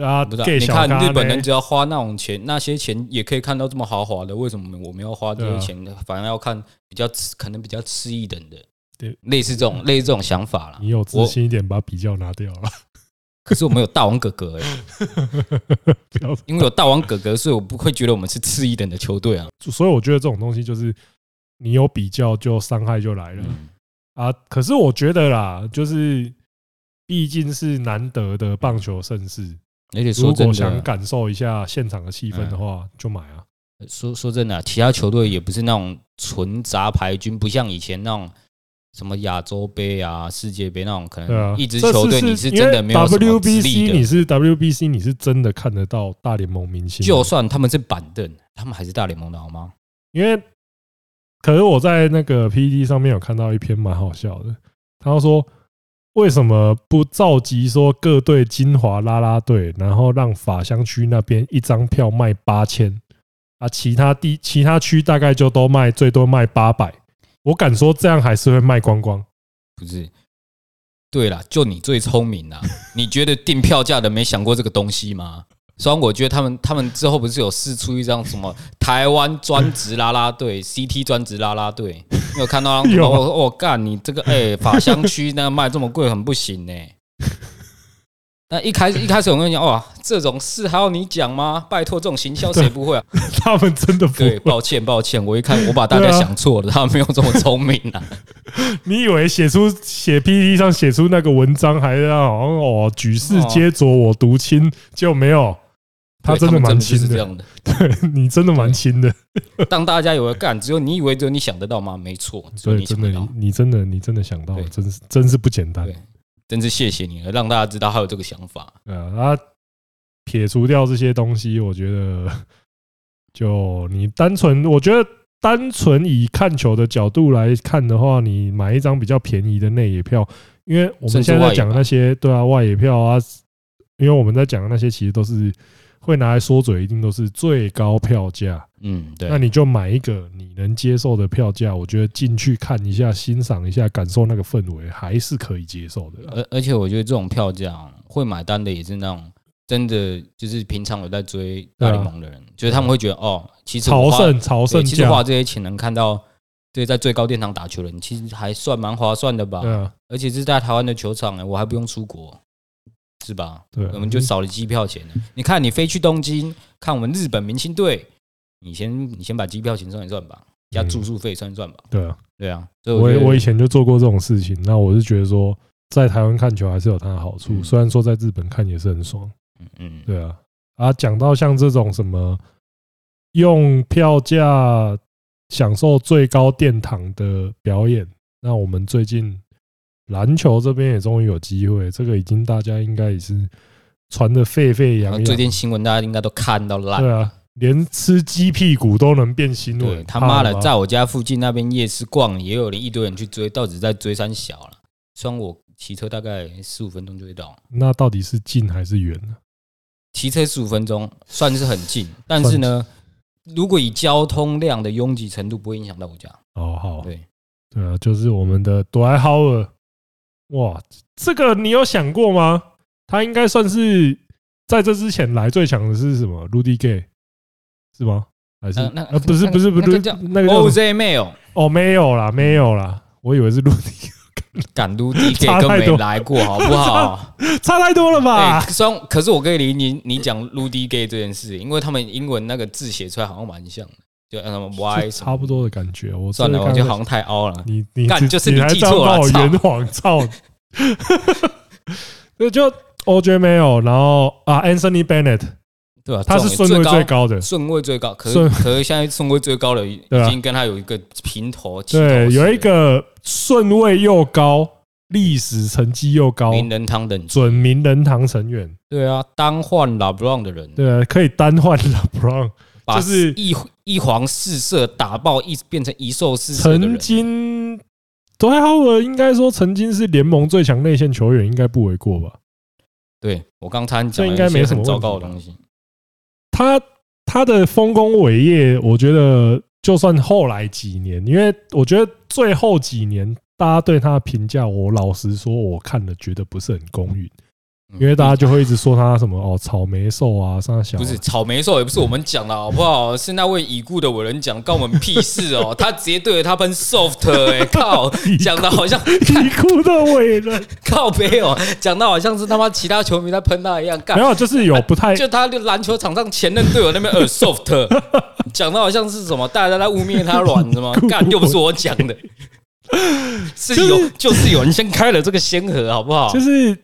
Speaker 1: 啊，
Speaker 2: 不是啊、
Speaker 1: 给
Speaker 2: 你
Speaker 1: 小
Speaker 2: 看
Speaker 1: 咖
Speaker 2: 日本
Speaker 1: 呢
Speaker 2: 人只要花那种钱，那些钱也可以看到这么豪华的，为什么我们要花这
Speaker 1: 啊
Speaker 2: 些钱？反而要看比较吃可能比较吃一等的
Speaker 1: 对，
Speaker 2: 类似这种类似这种想法啦
Speaker 1: 你。有自
Speaker 2: 我
Speaker 1: 信一点，把比较拿掉 了，
Speaker 2: 可是我们有大王哥哥、欸，
Speaker 1: 不要
Speaker 2: 因为有大王哥哥，所以我不会觉得我们是次一等的球队啊。
Speaker 1: 所以我觉得这种东西就是你有比较，就伤害就来了
Speaker 2: 嗯
Speaker 1: 啊。可是我觉得啦，就是毕竟是难得的棒球盛事，
Speaker 2: 而且说
Speaker 1: 如
Speaker 2: 真
Speaker 1: 果想
Speaker 2: 的，嗯
Speaker 1: 感受一下现场的气氛的话，就买啊。
Speaker 2: 说说真的啊、其他球队也不是那种纯杂牌军，不像以前那种什么亚洲杯啊、世界杯那种，可
Speaker 1: 对啊
Speaker 2: 能，一支
Speaker 1: 这
Speaker 2: 球队
Speaker 1: 是
Speaker 2: 你是真的没有什么资
Speaker 1: WBC，
Speaker 2: 历的。
Speaker 1: 你是 WBC，你是真的看得到大联盟明星的，
Speaker 2: 就算他们是板凳，他们还是大联盟的好吗？
Speaker 1: 因为，可是我在那个 PPT 上面有看到一篇蛮好笑的，他说为什么不召集说各队金华啦啦队，然后让法香区那边一张票卖八千啊，其他地其他区大概就都卖最多卖八百，我敢说这样还是会卖光 光。
Speaker 2: 不是？对啦，就你最聪明啦！你觉得定票价的没想过这个东西吗？虽然我觉得他们他们之后不是有试出一张什么台湾专职啦啦队、CT 专职啦啦队，你有看到吗？
Speaker 1: 有
Speaker 2: 我我干你这个哎、法香区那个卖这么贵很不行呢、那一开始一开始我跟你讲哇，这种事还要你讲吗？拜托，这种行销谁不会啊？
Speaker 1: 他们真的不
Speaker 2: 对，
Speaker 1: 会，
Speaker 2: 抱歉抱歉，我 一看我把大家
Speaker 1: 对啊
Speaker 2: 想错了，他们没有这么聪明啊。
Speaker 1: 你以为写出写 PPT 上写出那个文章还要哦举世皆浊我独清，就没有， 他
Speaker 2: 对
Speaker 1: 真的
Speaker 2: 们
Speaker 1: 蛮
Speaker 2: 就是
Speaker 1: 轻
Speaker 2: 这
Speaker 1: 的，
Speaker 2: 样的。
Speaker 1: 你真的蛮轻的。
Speaker 2: 当大家以为干，只有你以为只有你想得到吗？没错，只有
Speaker 1: 对，
Speaker 2: 你
Speaker 1: 真
Speaker 2: 想
Speaker 1: 的，
Speaker 2: 得到
Speaker 1: 你。你真的，你真的想到了，
Speaker 2: 对
Speaker 1: 真是真是不简单
Speaker 2: 对。真是谢谢你了，让大家知道还有这个想法。
Speaker 1: 对啊，啊，撇除掉这些东西，我觉得 就你单纯，我觉得单纯以看球的角度来看的话，你买一张比较便宜的内野票，因为我们
Speaker 2: 甚至
Speaker 1: 现在
Speaker 2: 外
Speaker 1: 在
Speaker 2: 野
Speaker 1: 讲的
Speaker 2: 吧
Speaker 1: 那些对啊外野票啊，因为我们在讲的那些其实都是会拿来说嘴，一定都是最高票价。
Speaker 2: 嗯，
Speaker 1: 那
Speaker 2: 对，
Speaker 1: 你就买一个你能接受的票价，我觉得进去看一下、欣赏一下、感受那个氛围，还是可以接受的啦。
Speaker 2: 而而且我觉得这种票价啊会买单的也是那种真的，就是平常有在追大联盟的人，就是他们会觉得哦，其实我
Speaker 1: 啊朝
Speaker 2: 花
Speaker 1: 圣朝
Speaker 2: 对
Speaker 1: 圣
Speaker 2: 其实花
Speaker 1: 价，
Speaker 2: 这些钱能看到对在最高殿堂打球的人，其实还算蛮划算的吧。
Speaker 1: 对啊，
Speaker 2: 而且是在台湾的球场、欸，我还不用出国，是吧？
Speaker 1: 对啊
Speaker 2: 我们就少了机票钱了。你看，你飞去东京看我们日本明星队，你先你先把机票钱算一算吧，加住宿费算一算吧。
Speaker 1: 对啊，
Speaker 2: 对啊，所以
Speaker 1: 我
Speaker 2: 我
Speaker 1: 也
Speaker 2: 觉得
Speaker 1: 我以前就做过这种事情，那我是觉得说，在台湾看球还是有它的好处，
Speaker 2: 嗯
Speaker 1: 虽然说在日本看也是很爽，
Speaker 2: 嗯嗯
Speaker 1: 对啊。啊，讲到像这种什么用票价享受最高殿堂的表演，那我们最近篮球这边也终于有机会，这个已经大家应该也是传的沸沸扬
Speaker 2: 然后
Speaker 1: 扬，
Speaker 2: 啊最近新闻大家应该都看到烂。
Speaker 1: 对啊，连吃鸡屁股都能变新
Speaker 2: 对
Speaker 1: 闻，
Speaker 2: 他妈
Speaker 1: 怕
Speaker 2: 的，
Speaker 1: 吗
Speaker 2: 在我家附近那边夜市逛，也有人一堆人去追，到底在追三小了。虽然我骑车大概十五分钟就会到，
Speaker 1: 那到底是近还是远呢？
Speaker 2: 骑车十五分钟算是很近，但是呢，如果以交通量的拥挤程度，不会影响到我家。
Speaker 1: 哦，好，
Speaker 2: 对，
Speaker 1: 对啊，就是我们的朵莱豪尔，哇，这个你有想过吗？他应该算是在这之前来最强的是什么？Rudy Gay 是吗？还是
Speaker 2: 呃那
Speaker 1: 呃不是
Speaker 2: 那
Speaker 1: 不
Speaker 2: 个
Speaker 1: 是不
Speaker 2: 那个
Speaker 1: 是
Speaker 2: 叫
Speaker 1: 那个叫什么
Speaker 2: OZ Mail
Speaker 1: 哦没有啦没有啦，我以为是 Rudy，
Speaker 2: 敢撸 DK
Speaker 1: 差太
Speaker 2: 根
Speaker 1: 多啊
Speaker 2: 本没来过，好不 好？
Speaker 1: 差太多了
Speaker 2: 哎
Speaker 1: 吧，？
Speaker 2: 虽然可是我跟你你你讲撸 DK 这件事，因为他们英文那个字写出来好像蛮像的，就呃什么 Y
Speaker 1: 就
Speaker 2: 什
Speaker 1: 差
Speaker 2: 么，
Speaker 1: 不多的感觉。我
Speaker 2: 算了，
Speaker 1: 这
Speaker 2: 我
Speaker 1: 个
Speaker 2: 觉得
Speaker 1: 看
Speaker 2: 好像太凹了。
Speaker 1: 你你
Speaker 2: 干
Speaker 1: 自
Speaker 2: 就是
Speaker 1: 你
Speaker 2: 你
Speaker 1: 还
Speaker 2: 记
Speaker 1: 这样
Speaker 2: 错了
Speaker 1: 帮我
Speaker 2: 操
Speaker 1: 圆谎，操！ 那就 OJ 没有，然后啊，Anthony Bennett
Speaker 2: 对吧、
Speaker 1: 他是顺位最
Speaker 2: 高，
Speaker 1: 高的，啊
Speaker 2: 顺位最高，可是
Speaker 1: 顺
Speaker 2: 可是现在顺位最高的已
Speaker 1: 对啊
Speaker 2: 经跟他有一个平头，齐头
Speaker 1: 对，
Speaker 2: 是
Speaker 1: 有一个顺位又高，历史成绩又高，
Speaker 2: 名人堂等级。
Speaker 1: 准名人堂成员，
Speaker 2: 对啊，单换 LeBron 的人，
Speaker 1: 对，啊可以单换 LeBron，
Speaker 2: 把
Speaker 1: 就是
Speaker 2: 一一皇四射打爆一变成一兽四射的
Speaker 1: 曾
Speaker 2: 人，
Speaker 1: 经。dwight h o w a r 应该说曾经是联盟最强内线球员，应该不为过吧？
Speaker 2: 对我刚才讲了
Speaker 1: 这应该
Speaker 2: 一些
Speaker 1: 没什么
Speaker 2: 很糟糕
Speaker 1: 问题
Speaker 2: 的
Speaker 1: 吧
Speaker 2: 东西。
Speaker 1: 他他的丰功伟业，我觉得就算后来几年，因为我觉得最后几年大家对他的评价，我老实说，我看了觉得不是很公允，
Speaker 2: 嗯
Speaker 1: 因为大家就会一直说他什么哦草莓兽啊，啥小、啊、
Speaker 2: 不是草莓兽，也不是我们
Speaker 1: 嗯
Speaker 2: 讲的好不好？是那位已故的伟人讲，关我们屁事 哦！他直接对着他喷 soft，哎、靠，讲的好像
Speaker 1: 啼哭的伟人，
Speaker 2: 靠背哦，讲的好像是他妈其他球迷在喷他一样，干
Speaker 1: 没有哎就是有不太
Speaker 2: 就他的篮球场上前任队友那边 呃 soft，讲的好像是什么，大家在污蔑他软 什么，干又不是我讲的，是有就是有人先开了这个先河，好不好？
Speaker 1: 就是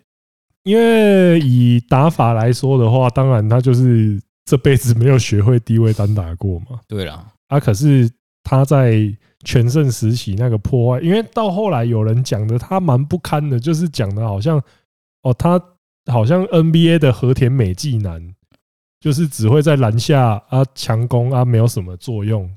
Speaker 1: 因为以打法来说的话，当然他就是这辈子没有学会低位单打过嘛。
Speaker 2: 对了，
Speaker 1: 啊，可是他在全盛时期那个破坏，因为到后来有人讲的他蛮不堪的，就是讲的好像哦，他好像 NBA 的和田美纪男，就是只会在篮下啊强攻啊没有什么作用。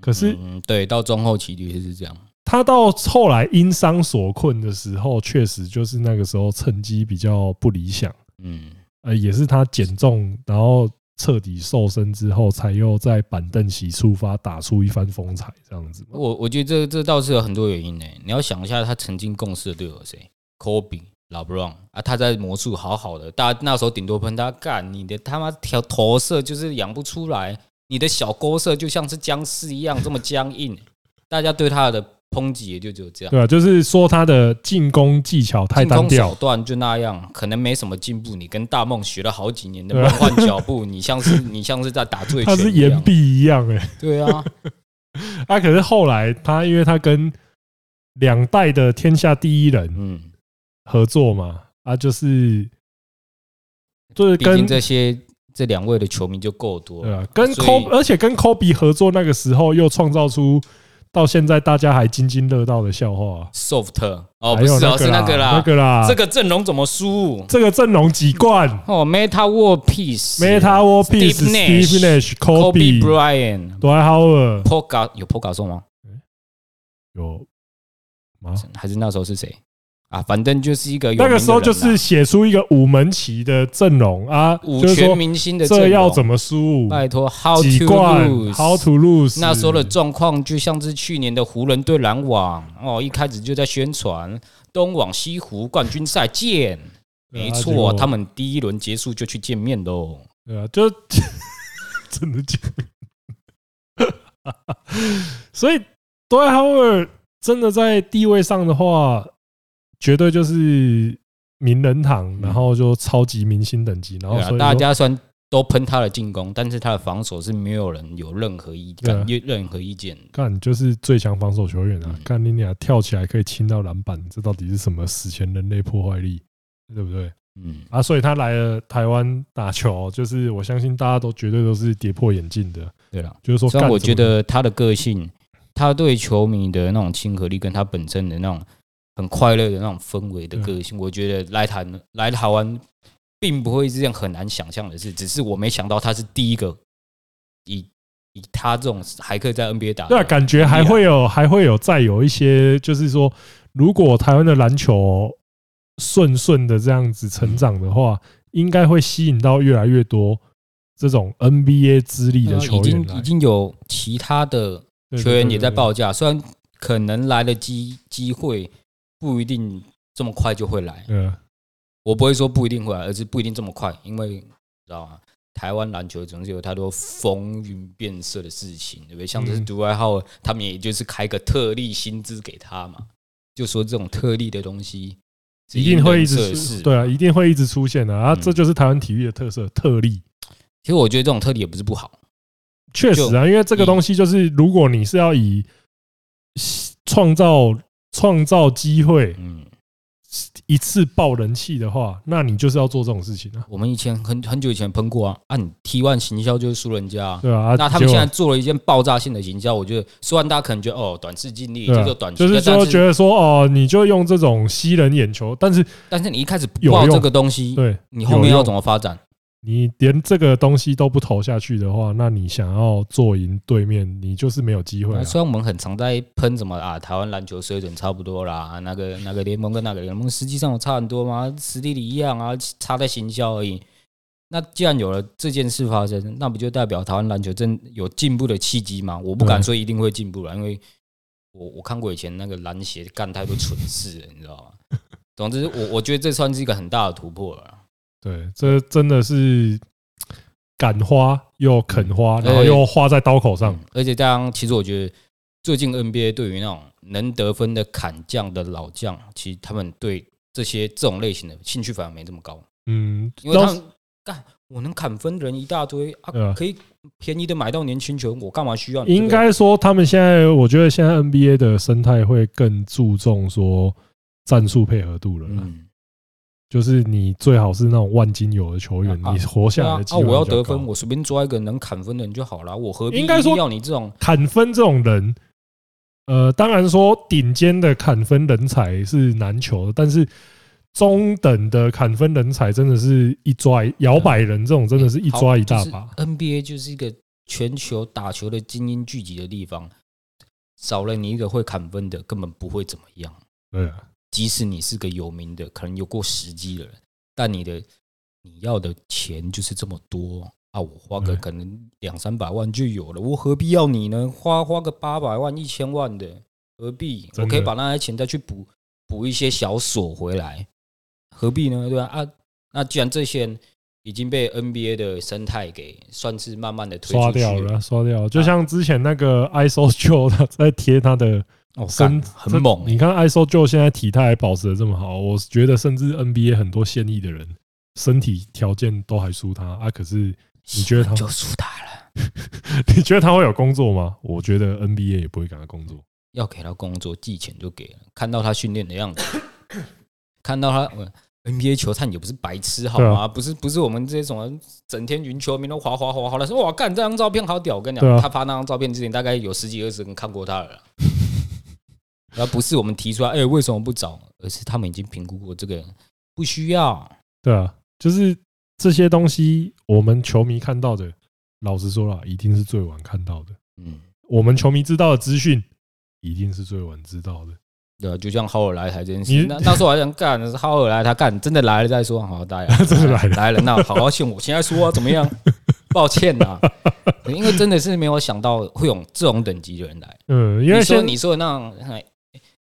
Speaker 1: 可是
Speaker 2: 嗯，对，到中后期的确是这样，
Speaker 1: 他到后来因伤所困的时候，确实就是那个时候成绩比较不理想，
Speaker 2: 嗯，
Speaker 1: 呃，也是他减重然后彻底瘦身之后，才又在板凳席出发打出一番风采这样子嘛。
Speaker 2: 我我觉得这这倒是有很多原因呢、你要想一下，他曾经共事的队友有谁？Kobe、LeBron 啊，他在魔术好好的，大家那时候顶多喷他，干你的他妈条投射就是养不出来，你的小勾射就像是僵尸一样这么僵硬， 大家对他的抨击也就只有这样。
Speaker 1: 对啊，就是说他的进攻技巧太
Speaker 2: 进
Speaker 1: 单
Speaker 2: 攻手
Speaker 1: 调，
Speaker 2: 段就那样，可能没什么进步。你跟大梦学了好几年的梦幻脚 步，你像是你像是在打醉
Speaker 1: 他是
Speaker 2: 拳一
Speaker 1: 岩
Speaker 2: 样。
Speaker 1: 壁一样哎、欸。
Speaker 2: 对啊，
Speaker 1: 啊，可是后来他因为他跟两代的天下第一人
Speaker 2: 嗯，
Speaker 1: 合作嘛，啊，就是就是
Speaker 2: 毕竟
Speaker 1: 跟
Speaker 2: 这些这两位的球迷就够多
Speaker 1: 对
Speaker 2: 了。
Speaker 1: 啊，跟
Speaker 2: 所以
Speaker 1: Kobe，而且跟 Kobe 合作那个时候又创造出到现在大家还津津乐道的笑话啊。
Speaker 2: soft 哦，
Speaker 1: 还
Speaker 2: 不
Speaker 1: 有
Speaker 2: 是哦，是那
Speaker 1: 那
Speaker 2: 个啦，
Speaker 1: 那个啦，
Speaker 2: 这个阵容怎么输？
Speaker 1: 这个阵容几冠
Speaker 2: 哦，Meta War Peace、
Speaker 1: ，Meta War Peace、
Speaker 2: Steve Nash
Speaker 1: Steve Nash、
Speaker 2: Kobe
Speaker 1: Kobe、
Speaker 2: Bryant、
Speaker 1: Dwight Howard
Speaker 2: Poga 有 Poga 送吗？
Speaker 1: 有吗？
Speaker 2: 还是那时候是谁啊？反正就是一个有名
Speaker 1: 那
Speaker 2: 的
Speaker 1: 个时候
Speaker 2: 人
Speaker 1: 就
Speaker 2: 啦
Speaker 1: 是写出一个五门旗的阵容啊，
Speaker 2: 五
Speaker 1: 就是
Speaker 2: 全
Speaker 1: 说
Speaker 2: 明星的阵
Speaker 1: 这
Speaker 2: 容
Speaker 1: 要怎么输，
Speaker 2: 拜托，How to
Speaker 1: 几冠
Speaker 2: lose
Speaker 1: ，How to lose。啊
Speaker 2: 那时候的状况就像是去年的湖人对篮网哦，一开始就在宣传东往西湖冠军赛
Speaker 1: 对
Speaker 2: 见，
Speaker 1: 啊
Speaker 2: 没
Speaker 1: 结
Speaker 2: 错
Speaker 1: 果，
Speaker 2: 他们第一轮结束就去见面喽。
Speaker 1: 对啊，就 真的假的？ 所以 d w i h o w a r 真的在地位上的话，绝对就是名人堂，然后就超级明星等级，然后
Speaker 2: 嗯对
Speaker 1: 哦所
Speaker 2: 啊，
Speaker 1: 以
Speaker 2: 大
Speaker 1: 说
Speaker 2: 家虽然都喷他的进攻，但是他的防守是没有人有任何意
Speaker 1: 对啊
Speaker 2: 感、任何意见的。
Speaker 1: 干就是最强防守球员啊
Speaker 2: 嗯！
Speaker 1: 干你俩跳起来可以亲到篮板，这到底是什么史前人类破坏力，对不对？
Speaker 2: 嗯，
Speaker 1: 啊，所以他来了台湾打球，就是我相信大家都绝对都是跌破眼镜的，
Speaker 2: 对了，
Speaker 1: 就是说，
Speaker 2: 虽然
Speaker 1: 干
Speaker 2: 我
Speaker 1: 怎
Speaker 2: 觉
Speaker 1: 么
Speaker 2: 得他的个性，他对球迷的那种亲和力，跟他本身的那种很快乐的那种氛围的
Speaker 1: 对
Speaker 2: 个性，我觉得来台来台湾并不会是件很难想象的事，只是我没想到他是第一个以以他这种还可以在 NBA 打的
Speaker 1: 对啊，
Speaker 2: 人，
Speaker 1: 感觉还会有，还会有再有一些，就是说，如果台湾的篮球顺顺的这样子成长的
Speaker 2: 嗯
Speaker 1: 话，应该会吸引到越来越多这种 NBA 资历的
Speaker 2: 嗯已
Speaker 1: 球员
Speaker 2: 经已
Speaker 1: 来。
Speaker 2: 经有其他的
Speaker 1: 对
Speaker 2: 球员也在，
Speaker 1: 对对对
Speaker 2: 报价，虽然可能来的机机会不一定这么快就会来，
Speaker 1: 对呃，
Speaker 2: 我不会说不一定会来，而是不一定这么快，因为你知道吗？台湾篮球总是有太多风云变色的事情，对不对？像这是
Speaker 1: 嗯
Speaker 2: 独爱号，他们也就是开个特例薪资给他嘛，就说这种特例的东西是
Speaker 1: 一定会一直
Speaker 2: 因人设
Speaker 1: 出
Speaker 2: 事
Speaker 1: 对啊，一定会一直出现的啊，
Speaker 2: 嗯
Speaker 1: 这就是台湾体育的特色特例。
Speaker 2: 其实我觉得这种特例也不是不好，
Speaker 1: 确实啊，因为这个东西就是，如果你是要以创造创造机会
Speaker 2: 嗯，
Speaker 1: 一次爆人气的话，那你就是要做这种事情啊，
Speaker 2: 我们以前很很久以前喷过啊，啊，你 T one 行销就是输人家、啊，
Speaker 1: 对啊啊，
Speaker 2: 那他们
Speaker 1: 结
Speaker 2: 现
Speaker 1: 果
Speaker 2: 在做了一件爆炸性的营销，我觉得虽然大家可能觉得哦短视尽力，
Speaker 1: 对啊
Speaker 2: 这个短
Speaker 1: 就
Speaker 2: 视，
Speaker 1: 是
Speaker 2: 但
Speaker 1: 说觉
Speaker 2: 是
Speaker 1: 得说哦，你就用这种吸人眼球，但是
Speaker 2: 但是你一开始不
Speaker 1: 有
Speaker 2: 报
Speaker 1: 用
Speaker 2: 这个东西，
Speaker 1: 对
Speaker 2: 你后面要怎么发展？
Speaker 1: 你连这个东西都不投下去的话，那你想要做赢对面，你就是没有机会、啊
Speaker 2: 啊。虽然我们很常在喷什么啊，台湾篮球水准差不多啦，啊那个那个联盟跟那个联盟实际上有差很多吗？实力里一样啊，差在行销而已。那既然有了这件事发生，那不就代表台湾篮球真有进步的契机吗？我不敢
Speaker 1: 对
Speaker 2: 说一定会进步了，因为我我看过以前那个篮协干太多蠢事了，你知道吗？总之，我我觉得这算是一个很大的突破了啦。
Speaker 1: 对，这真的是敢花又肯花，
Speaker 2: 嗯
Speaker 1: 然后又花在刀口上
Speaker 2: 嗯。而且，当其实我觉得最近 NBA 对于那种能得分的砍将的老将，其实他们对这些这种类型的兴趣反而没这么高，
Speaker 1: 嗯，
Speaker 2: 因为他
Speaker 1: 然后
Speaker 2: 们干我能砍分的人一大堆
Speaker 1: 对
Speaker 2: 啊，
Speaker 1: 啊
Speaker 2: 可以便宜的买到年轻球员，我干嘛需要你这个？
Speaker 1: 应该说他们现在，我觉得现在 NBA 的生态会更注重说战术配合度了啦，
Speaker 2: 嗯，
Speaker 1: 就是你最好是那种万金油的球员，
Speaker 2: 啊
Speaker 1: 你活
Speaker 2: 对
Speaker 1: 下来
Speaker 2: 啊
Speaker 1: 的机
Speaker 2: 啊，
Speaker 1: 会比较
Speaker 2: 我
Speaker 1: 高。
Speaker 2: 要得分，我随便抓一个能砍分的人就好了，我何必
Speaker 1: 应该
Speaker 2: 一定
Speaker 1: 说
Speaker 2: 要你这种？
Speaker 1: 砍分这种人，呃，当然说顶尖的砍分人才是难求的，但是中等的砍分人才真的是一抓一摇摆人，这种真的是一抓一大把。
Speaker 2: 就是 NBA 就是一个全球打球的精英聚集的地方，少了你一个会砍分的，根本不会怎么样。
Speaker 1: 对啊，
Speaker 2: 即使你是个有名的，可能有过时机的人，但你的你要的钱就是这么多啊！我花个
Speaker 1: 对
Speaker 2: 可能两三百万就有了，我何必要你呢？花花个八百万、一千万的，何必？
Speaker 1: 真的
Speaker 2: 我可以把那些钱再去补补一些小锁回来，何必呢？对吧、啊？那既然这些人已经被 NBA 的生态给算是慢慢的推
Speaker 1: 刷
Speaker 2: 出去
Speaker 1: 掉了，刷掉了。就像之前那个 ISO Joe 他在贴他的
Speaker 2: 哦，
Speaker 1: 身
Speaker 2: 干，很猛欸、
Speaker 1: 你看 ISO Joe 现在体态还保持的这么好，我觉得甚至 NBA 很多现役的人身体条件都还输他啊。可是你觉得他
Speaker 2: 就输他了，
Speaker 1: 你觉得他会有工作吗？我觉得 NBA 也不会给他工作。
Speaker 2: 要给他工作，寄钱就给了。看到他训练的样子， 看到他呃 NBA 球探也不是白痴好
Speaker 1: 对啊
Speaker 2: 吗？不是不是我们这种整天云球迷都滑滑滑滑了，说哇干这张照片好屌！我跟你讲，
Speaker 1: 对啊
Speaker 2: 他发那张照片之前，大概有十几二十人看过他了啦。而不是我们提出来，哎、为什么不找？而是他们已经评估过这个不需要。
Speaker 1: 对啊，就是这些东西，我们球迷看到的，老实说了，一定是最晚看到的。
Speaker 2: 嗯，
Speaker 1: 我们球迷知道的资讯，一定是最晚知道的。
Speaker 2: 对啊，就像浩尔来台这件
Speaker 1: 你
Speaker 2: 事，那那时候我还想干，浩尔来他干，真的来了再说，好，大家
Speaker 1: 真的来了
Speaker 2: 来了，那好好信我，现在说、啊、怎 么样？抱歉呐、因为真的是没有想到会有这种等级的人来。
Speaker 1: 嗯，因
Speaker 2: 你
Speaker 1: 为
Speaker 2: 说
Speaker 1: 现
Speaker 2: 你说的那种哎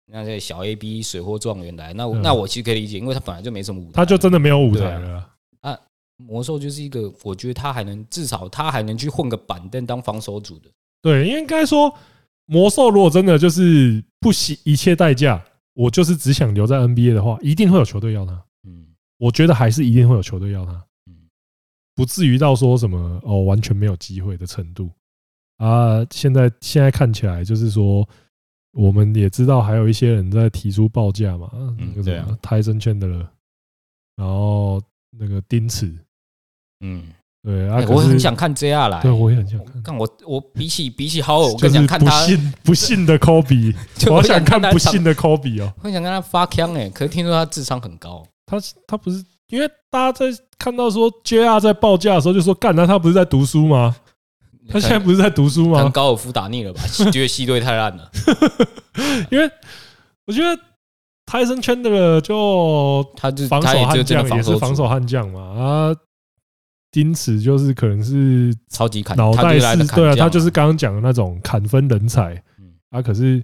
Speaker 2: 那些小 A B 水货状元来，那我
Speaker 1: 嗯
Speaker 2: 那我其实可以理解，因为他本来就没什么舞台，
Speaker 1: 他就真的没有舞
Speaker 2: 对
Speaker 1: 台
Speaker 2: 啊
Speaker 1: 了啊。
Speaker 2: 魔兽就是一个，我觉得他还能至少他还能去混个板凳当防守组的，
Speaker 1: 对，应该说魔兽如果真的就是不惜一切代价，我就是只想留在 NBA 的话，一定会有球队要他。
Speaker 2: 嗯，
Speaker 1: 我觉得还是一定会有球队要他
Speaker 2: 嗯，
Speaker 1: 不至于到说什么哦完全没有机会的程度啊。现在现在看起来就是说，我们也知道还有一些人在提出报价嘛，那个
Speaker 2: 对
Speaker 1: 什么
Speaker 2: 啊
Speaker 1: 泰森圈的了，然后那个丁尺，
Speaker 2: 嗯，
Speaker 1: 对啊，
Speaker 2: 哎
Speaker 1: 可
Speaker 2: 我
Speaker 1: 是
Speaker 2: 很想看 JR 来
Speaker 1: 对，，我也很想看。
Speaker 2: 看我我比起比起好友，我
Speaker 1: 就
Speaker 2: 更
Speaker 1: 是
Speaker 2: 想看
Speaker 1: 不
Speaker 2: 他，
Speaker 1: 信不信的科比，
Speaker 2: 就
Speaker 1: 我
Speaker 2: 我
Speaker 1: 想看
Speaker 2: 他
Speaker 1: 不
Speaker 2: 场
Speaker 1: 信，的科比哦。
Speaker 2: 我很想看他发枪哎，可是听说他智商很高，
Speaker 1: 他他不是因为大家在看到说 JR 在报价的时候就说干，那他不是在读书吗？他现在不是在读书
Speaker 2: 可能
Speaker 1: 吗？
Speaker 2: 高尔夫打腻了吧？ 觉得系队太烂了，
Speaker 1: 因为我觉得泰森圈的了就
Speaker 2: 他就
Speaker 1: 防
Speaker 2: 他
Speaker 1: 守
Speaker 2: 也就
Speaker 1: 悍
Speaker 2: 真
Speaker 1: 将
Speaker 2: 的
Speaker 1: 也
Speaker 2: 防
Speaker 1: 是
Speaker 2: 守
Speaker 1: 防
Speaker 2: 组
Speaker 1: 守悍将嘛啊，因此就是可能是
Speaker 2: 超级砍，
Speaker 1: 脑
Speaker 2: 他
Speaker 1: 袋
Speaker 2: 就来
Speaker 1: 是
Speaker 2: 的砍
Speaker 1: 对啊，
Speaker 2: 将
Speaker 1: 他就是
Speaker 2: 嘛
Speaker 1: 刚刚讲的那种砍分人才
Speaker 2: 嗯
Speaker 1: 啊，可是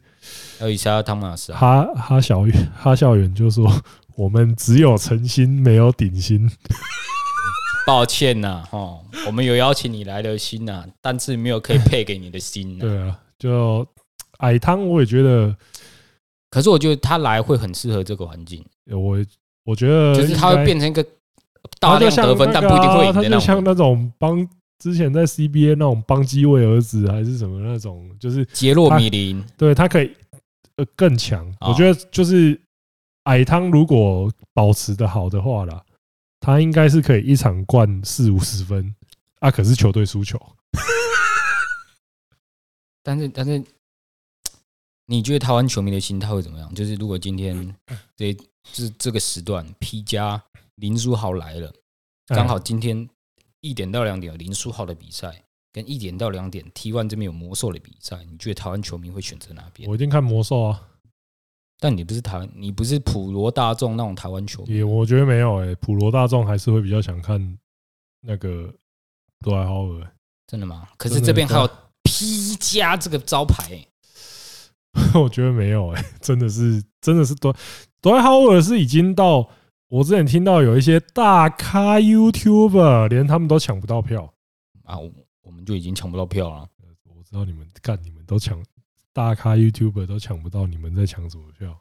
Speaker 2: 还有一下汤马斯啊，
Speaker 1: 哈哈小远哈校园就说我们只有诚心没有顶薪，
Speaker 2: 抱歉呐，哈，我们有邀请你来的心呐，但是没有可以配给你的心呐。
Speaker 1: 对啊，就矮汤我也觉得。
Speaker 2: 可是我觉得他来会很适合这个环境，
Speaker 1: 呃我我觉得
Speaker 2: 就是他
Speaker 1: 呃应该
Speaker 2: 会变成一个
Speaker 1: 他
Speaker 2: 大
Speaker 1: 就
Speaker 2: 量
Speaker 1: 像
Speaker 2: 得分，
Speaker 1: 那
Speaker 2: 但
Speaker 1: 个
Speaker 2: 不一定会
Speaker 1: 啊
Speaker 2: 赢
Speaker 1: 他
Speaker 2: 的
Speaker 1: 就像那
Speaker 2: 那种
Speaker 1: 种帮之前在 CBA 那种帮机位儿子还是什么那种，就是
Speaker 2: 杰洛米林。
Speaker 1: 对他可以呃更强。
Speaker 2: 哦
Speaker 1: 我觉得就是矮汤如果保持的好的话啦，他应该是可以一场灌四五十分啊，可是球队输球。
Speaker 2: 但是，但是，你觉得台湾球迷的心态会怎么样？就是如果今 天这这这个时段，P 加林书豪来了，
Speaker 1: 嗯
Speaker 2: 刚
Speaker 1: 哎
Speaker 2: 好今天一点到两点有林书豪的比赛，跟一点到两点 T One 这边有魔兽的比赛，你觉得台湾球迷会选择哪
Speaker 1: 哎
Speaker 2: 边？
Speaker 1: 我一定看魔兽啊，
Speaker 2: 但你不是台湾，你不是普罗大众那种台湾球迷，
Speaker 1: 也我觉得没有诶、普罗大众还是会比较想看那个杜兰特。
Speaker 2: 真的吗？可是
Speaker 1: 真的
Speaker 2: 这边还有
Speaker 1: 对
Speaker 2: P 加这个招牌、
Speaker 1: 我觉得没有哎、真的是真的是多多莱豪尔是已经到我之前听到有一些大咖 YouTuber 连他们都抢不到票，
Speaker 2: 啊，我我们就已经抢不到票了。
Speaker 1: 我知道你们干你们都抢大咖 YouTuber 都抢不到，你们在抢什么票？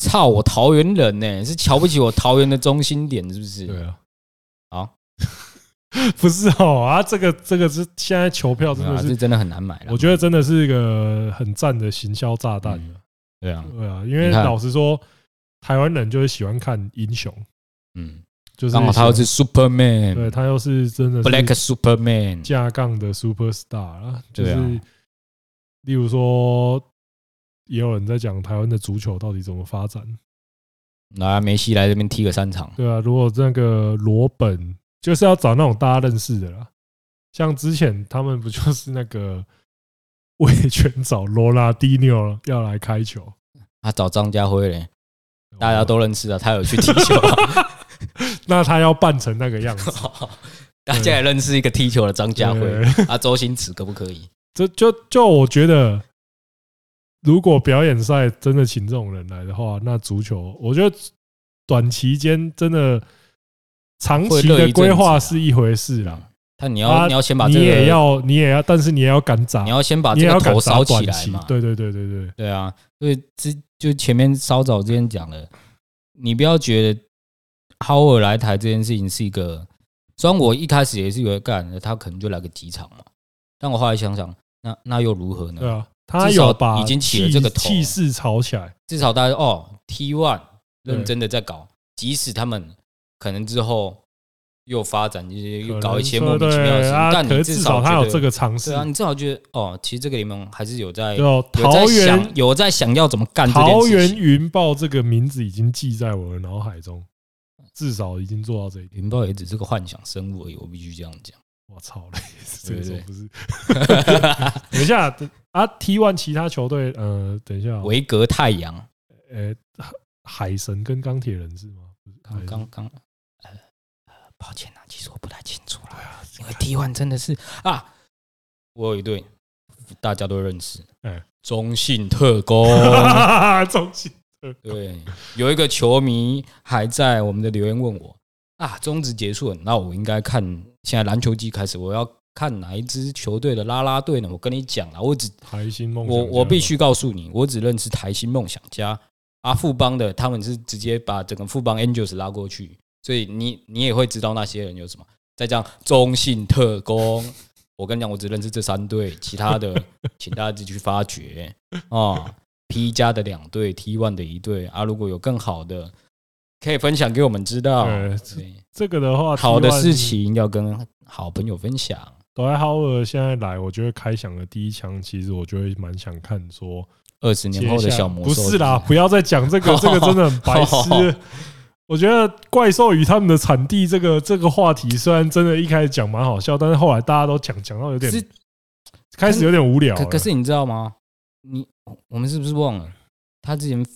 Speaker 2: 操，我桃园人呢、是瞧不起我桃园的中心点是不是？
Speaker 1: 对啊，
Speaker 2: 好，
Speaker 1: 不是哦啊，这个这个是现在球票真
Speaker 2: 啊
Speaker 1: 的
Speaker 2: 这
Speaker 1: 是，
Speaker 2: 真的很难买了。
Speaker 1: 我觉得真的是一个很赞的行销炸弹啊。
Speaker 2: 对啊，
Speaker 1: 对啊，因为
Speaker 2: 你看
Speaker 1: 老实说，台湾人就是喜欢看英雄，
Speaker 2: 嗯，
Speaker 1: 就是
Speaker 2: 刚好他又是
Speaker 1: 喜欢对
Speaker 2: Superman，Black
Speaker 1: 他又是真的是
Speaker 2: Superman，
Speaker 1: 架杠的 super star 啊，就
Speaker 2: 对
Speaker 1: 是、
Speaker 2: 啊
Speaker 1: 例如说，也有人在讲台湾的足球到底怎么发展，
Speaker 2: 拿梅西来这边踢个三场，
Speaker 1: 对啊，如果那个罗本就是要找那种大家认识的啦，像之前他们不就是那个 魏全找罗拉蒂尼奥要来开球，
Speaker 2: 他找张家辉
Speaker 1: 哦
Speaker 2: 嘞，大家都认识啊，他有去踢球啊，
Speaker 1: 那他要扮成那个样子，
Speaker 2: 大家也认识一个踢球的张家辉
Speaker 1: 对
Speaker 2: 啊，周星驰可不可以？
Speaker 1: 这就就我觉得，如果表演赛真的请这种人来的话，那足球我觉得短期间真的长期的规划是一回事啦，
Speaker 2: 但你要、
Speaker 1: 啊
Speaker 2: 你要先把
Speaker 1: 你
Speaker 2: 这个
Speaker 1: 也要你也要，但是你也要敢砸
Speaker 2: 你，要先把
Speaker 1: 你也
Speaker 2: 这
Speaker 1: 要
Speaker 2: 个
Speaker 1: 敢
Speaker 2: 头
Speaker 1: 砸
Speaker 2: 烧起
Speaker 1: 短
Speaker 2: 来
Speaker 1: 期
Speaker 2: 嘛，。
Speaker 1: 对对对对对，
Speaker 2: 对啊，所以之就前面稍早之前讲的，你不要觉得浩尔来台这件事情是一个，虽然我一开始也是以为干他可能就来个几场嘛，但我后来想想，那那又如何
Speaker 1: 对
Speaker 2: 呢？
Speaker 1: 啊，他
Speaker 2: 至少
Speaker 1: 有把
Speaker 2: 已经起了
Speaker 1: 气
Speaker 2: 这个头
Speaker 1: 气势炒起来，
Speaker 2: 至少大家哦，T one
Speaker 1: 对
Speaker 2: 认真的在搞，即使他们可能之后又发展就是又搞一些
Speaker 1: 可
Speaker 2: 莫
Speaker 1: 能
Speaker 2: 名
Speaker 1: 说
Speaker 2: 其妙的事
Speaker 1: 对
Speaker 2: 情，
Speaker 1: 啊，
Speaker 2: 但
Speaker 1: 可是
Speaker 2: 你至
Speaker 1: 至少他
Speaker 2: 觉
Speaker 1: 有
Speaker 2: 得
Speaker 1: 这。个尝试
Speaker 2: 对。啊，你至少觉得哦，其实这个联盟还是有在
Speaker 1: 就
Speaker 2: 有在
Speaker 1: 啊桃园
Speaker 2: 想有在想要怎么干这件
Speaker 1: 桃
Speaker 2: 事
Speaker 1: 园
Speaker 2: 情。
Speaker 1: 云豹这个名字已经记在我的脑海中，至少已经做到这一点。
Speaker 2: 云豹也只是个幻想生物而已，我必须这样讲。
Speaker 1: 我操嘞， 这个
Speaker 2: 对
Speaker 1: 时候
Speaker 2: 对
Speaker 1: 不是？ 等一下啊，T one 其他球队，呃，等一下哦，
Speaker 2: 维格太阳，
Speaker 1: 呃，海海神跟钢铁人是吗？
Speaker 2: 刚刚刚，呃，呃抱歉啊，其实我不太清楚啦，因为 T one 真的是啊，我有一队大家都认识
Speaker 1: 嗯，
Speaker 2: 中信特工，
Speaker 1: 刚中 信
Speaker 2: 对，有一个球迷还在我们的留言问我啊，中职结束了，那我应该看现在篮球季开始，我要看哪一支球队的啦啦队呢？我跟你讲啊，我只
Speaker 1: 台新梦想家
Speaker 2: 我
Speaker 1: 吗，
Speaker 2: 我必须告诉你，我只认识啊台新梦想家阿富邦的，他们是直接把整个富邦 Angels 拉过去，所以你你也会知道那些人有什么。再加上中信特工，我跟你讲，我只认识这三队，其 他的请大家自己去发掘啊。P 加的两队，T one 的一队啊，如果有更好的，可以分享给我们知道。
Speaker 1: 呃
Speaker 2: 对，
Speaker 1: 这个的话，
Speaker 2: 好的
Speaker 1: T1
Speaker 2: 事情要跟好朋友分享。
Speaker 1: 德怀豪尔现在来，我觉得开响的第一枪，其实我就会蛮想看说
Speaker 2: 二十年
Speaker 1: 接
Speaker 2: 后
Speaker 1: 下
Speaker 2: 的
Speaker 1: 来
Speaker 2: 小魔
Speaker 1: 不
Speaker 2: 兽
Speaker 1: 是啦，不要再讲 这个，这个真的很白痴。我觉得怪兽与他们的产地这个这个话题，虽然真的一开始讲蛮好笑，但是后来大家都讲讲到有点
Speaker 2: 是
Speaker 1: 开始有点无聊了
Speaker 2: 可。可是你知道吗？你我们是不是忘了他之前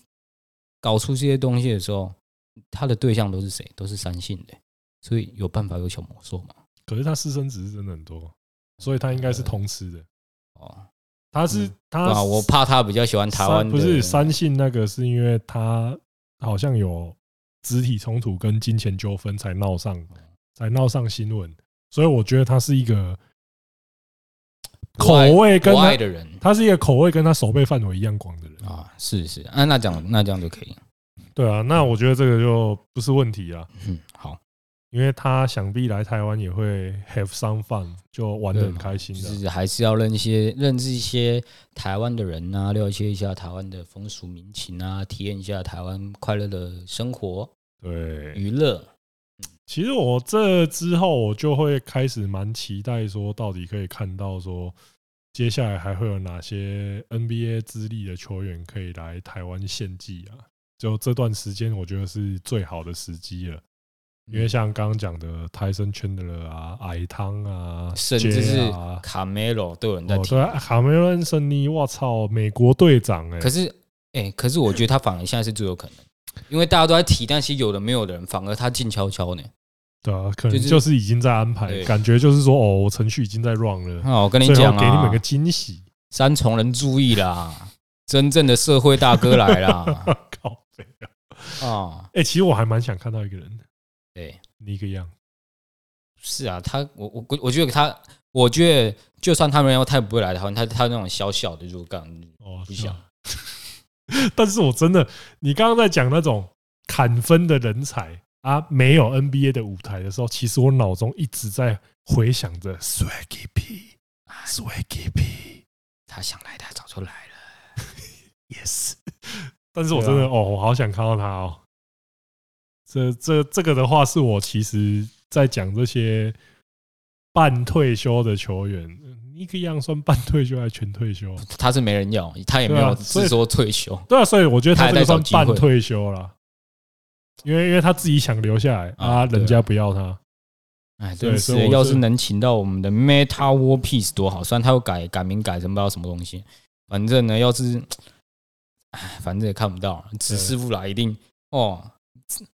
Speaker 2: 搞出这些东西的时候，他的对象都是谁？都是三性的，所以有办法有小魔兽嘛？
Speaker 1: 可是他私生子是真的很多，所以他应该是通吃的。
Speaker 2: 哦，
Speaker 1: 他是
Speaker 2: 嗯
Speaker 1: 他
Speaker 2: 啊，我怕他比较喜欢台湾
Speaker 1: 三
Speaker 2: 的，
Speaker 1: 不是三性那个，是因为他好像有肢体冲突跟金钱纠纷才闹上，才闹上新闻，所以我觉得他是一个口味跟
Speaker 2: 国
Speaker 1: 他
Speaker 2: 外，的人
Speaker 1: 他是一个口味跟他手背范围一样广的人。
Speaker 2: 啊，是是啊，那这样那这样就可以，
Speaker 1: 对啊，那我觉得这个就不是问题啊，
Speaker 2: 嗯，好，
Speaker 1: 因为他想必来台湾也会 have some fun，就玩的很开心
Speaker 2: 就
Speaker 1: 的。
Speaker 2: 是还是要认一些认识一些台湾的人啊，了解一下台湾的风俗民情啊，体验一下台湾快乐的生活
Speaker 1: 对，
Speaker 2: 娱乐。
Speaker 1: 其实我这之后，我就会开始蛮期待，说到底可以看到说，接下来还会有哪些 NBA 资历的球员可以来台湾献祭啊？就这段时间，我觉得是最好的时机了，因
Speaker 2: 嗯
Speaker 1: 为像刚刚讲的泰森·圈德勒啊、矮汤啊、
Speaker 2: 甚至是
Speaker 1: J 啊，
Speaker 2: 卡梅罗都有人在
Speaker 1: 哦
Speaker 2: 提。
Speaker 1: 对啊，卡梅伦·森尼，我操，美国队长哎、
Speaker 2: 可是，哎、可是我觉得他反而现在是最有可能，因为大家都在提，但是有的没有的人，反而他静悄悄呢。
Speaker 1: 对啊，可能
Speaker 2: 就是
Speaker 1: 就是已经在安排，
Speaker 2: 对
Speaker 1: 感觉就是说哦，我程序已经在 run 了，
Speaker 2: 啊，我跟你
Speaker 1: 最
Speaker 2: 讲
Speaker 1: 后给你
Speaker 2: 啊
Speaker 1: 们个，惊喜。
Speaker 2: 三重人注意啦，真正的社会大哥来 啦！
Speaker 1: 靠北啊！
Speaker 2: 啊，
Speaker 1: 哎、其实我还蛮想看到一个人的，
Speaker 2: 对，
Speaker 1: 尼克样，
Speaker 2: 是啊，他我我我觉得他，我觉得就算他们要，他也不会来台湾，他他那种小小的就干，
Speaker 1: 哦，
Speaker 2: 不想
Speaker 1: 是 吧。但是我真的，你刚刚在讲那种砍分的人才啊，没有 NBA 的舞台的时候，其实我脑中一直在回想着 Swaggy P，Swaggy P
Speaker 2: 他想来他早就来了。
Speaker 1: yes。但
Speaker 2: 啊
Speaker 1: 是我真的、哦，我好想看到他哦。这这这个的话，是我其实在讲这些半退休的球员，尼克样算半退休还是全退休啊？
Speaker 2: 他是没人要，他也没
Speaker 1: 对啊
Speaker 2: 有
Speaker 1: 所以
Speaker 2: 是说退休，
Speaker 1: 对啊，所以我觉得他这个算
Speaker 2: 他还在找
Speaker 1: 半
Speaker 2: 机会
Speaker 1: 退休了，因为因为他自己想留下来
Speaker 2: 啊
Speaker 1: 啊，
Speaker 2: 对啊
Speaker 1: 人家不要他。
Speaker 2: 哎，
Speaker 1: 对
Speaker 2: 真
Speaker 1: 所
Speaker 2: 是
Speaker 1: 以
Speaker 2: 的，
Speaker 1: 我
Speaker 2: 要
Speaker 1: 是
Speaker 2: 是能请到我们的 Meta War Piece 多好，虽然他又改改名改成不知道什么东西，反正呢，要是，哎，反正也看不到，子师傅来一定哦，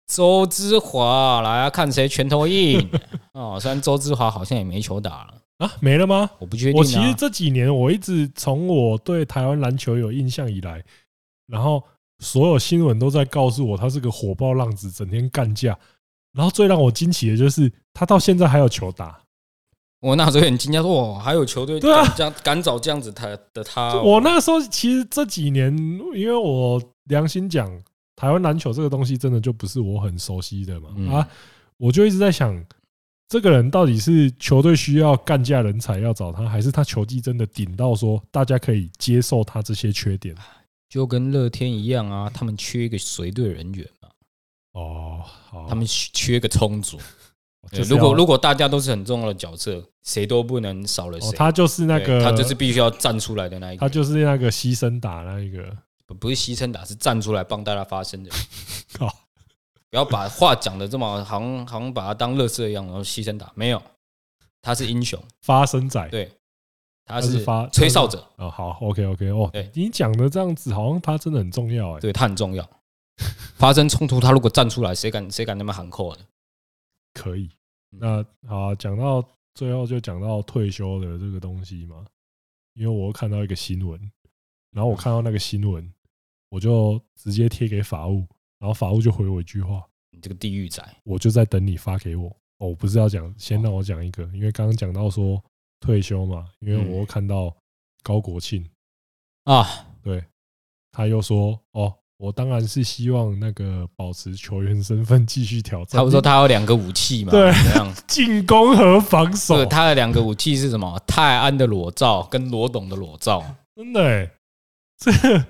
Speaker 2: 周之华来啊，看谁拳头硬哦。虽然周之华好像也没球打了，
Speaker 1: 啊，没了吗？
Speaker 2: 我不确定、啊。
Speaker 1: 我其实这几年我一直从我对台湾篮球有印象以来，然后所有新闻都在告诉我他是个火爆浪子，整天干架。然后最让我惊奇的就是他到现在还有球打。
Speaker 2: 我那时候也很惊讶，说哇，还有球队
Speaker 1: 对啊
Speaker 2: 敢这样敢找这样子他的他哦、
Speaker 1: 我那时候其实这几年，因为我良心讲，台湾篮球这个东西真的就不是我很熟悉的嘛
Speaker 2: 嗯
Speaker 1: 啊，我就一直在想，这个人到底是球队需要干架人才要找他，还是他球技真的顶到说大家可以接受他这些缺点？
Speaker 2: 就跟乐天一样啊，他们缺一个随队人员嘛，
Speaker 1: 哦，好，
Speaker 2: 他们缺一个充足。对
Speaker 1: 就是
Speaker 2: 如果
Speaker 1: 要
Speaker 2: 如果大家都是很重要的角色，谁都不能少了谁。
Speaker 1: 哦，他就是那
Speaker 2: 对
Speaker 1: 个，
Speaker 2: 他就是必须要站出来的那一个
Speaker 1: 他，就是那个牺牲打那一个，
Speaker 2: 不不是牺牲打，是站出来帮大家发声的。
Speaker 1: 靠，
Speaker 2: 不要把话讲的这么好像好像把他当乐色一样，然后牺牲打没有，他是英雄，
Speaker 1: 发生仔。
Speaker 2: 对，
Speaker 1: 他
Speaker 2: 他
Speaker 1: 是
Speaker 2: 是
Speaker 1: 发
Speaker 2: 吹哨者，
Speaker 1: 哦，好，OK OK，哦
Speaker 2: 对，
Speaker 1: 你讲的这样子，好像他真的很重要哎。
Speaker 2: 对他很重要。发生冲突，他如果站出来，谁敢谁敢那么喊扣的？
Speaker 1: 可以。
Speaker 2: 嗯
Speaker 1: 那好啊、讲到最后就讲到退休的这个东西嘛，因为我看到一个新闻，然后
Speaker 2: 嗯
Speaker 1: 我看到那个新闻，我就直接贴给法务，然后法务就回我一句话，
Speaker 2: 你这个地狱仔，
Speaker 1: 我就在等你发给我。哦，我不是要讲，先让我讲一个，因为刚刚讲到说退休嘛，因
Speaker 2: 嗯
Speaker 1: 为我又看到高国庆，
Speaker 2: 啊，
Speaker 1: 对，他又说哦，我我当然是希望那个保持球员身份继续挑战。
Speaker 2: 他不说他有两个武器嘛？
Speaker 1: 对
Speaker 2: 怎样？
Speaker 1: 进攻和防守
Speaker 2: 对，，他的两个武器是 什么？泰安的裸照跟罗董的裸照。
Speaker 1: 真的、欸，这个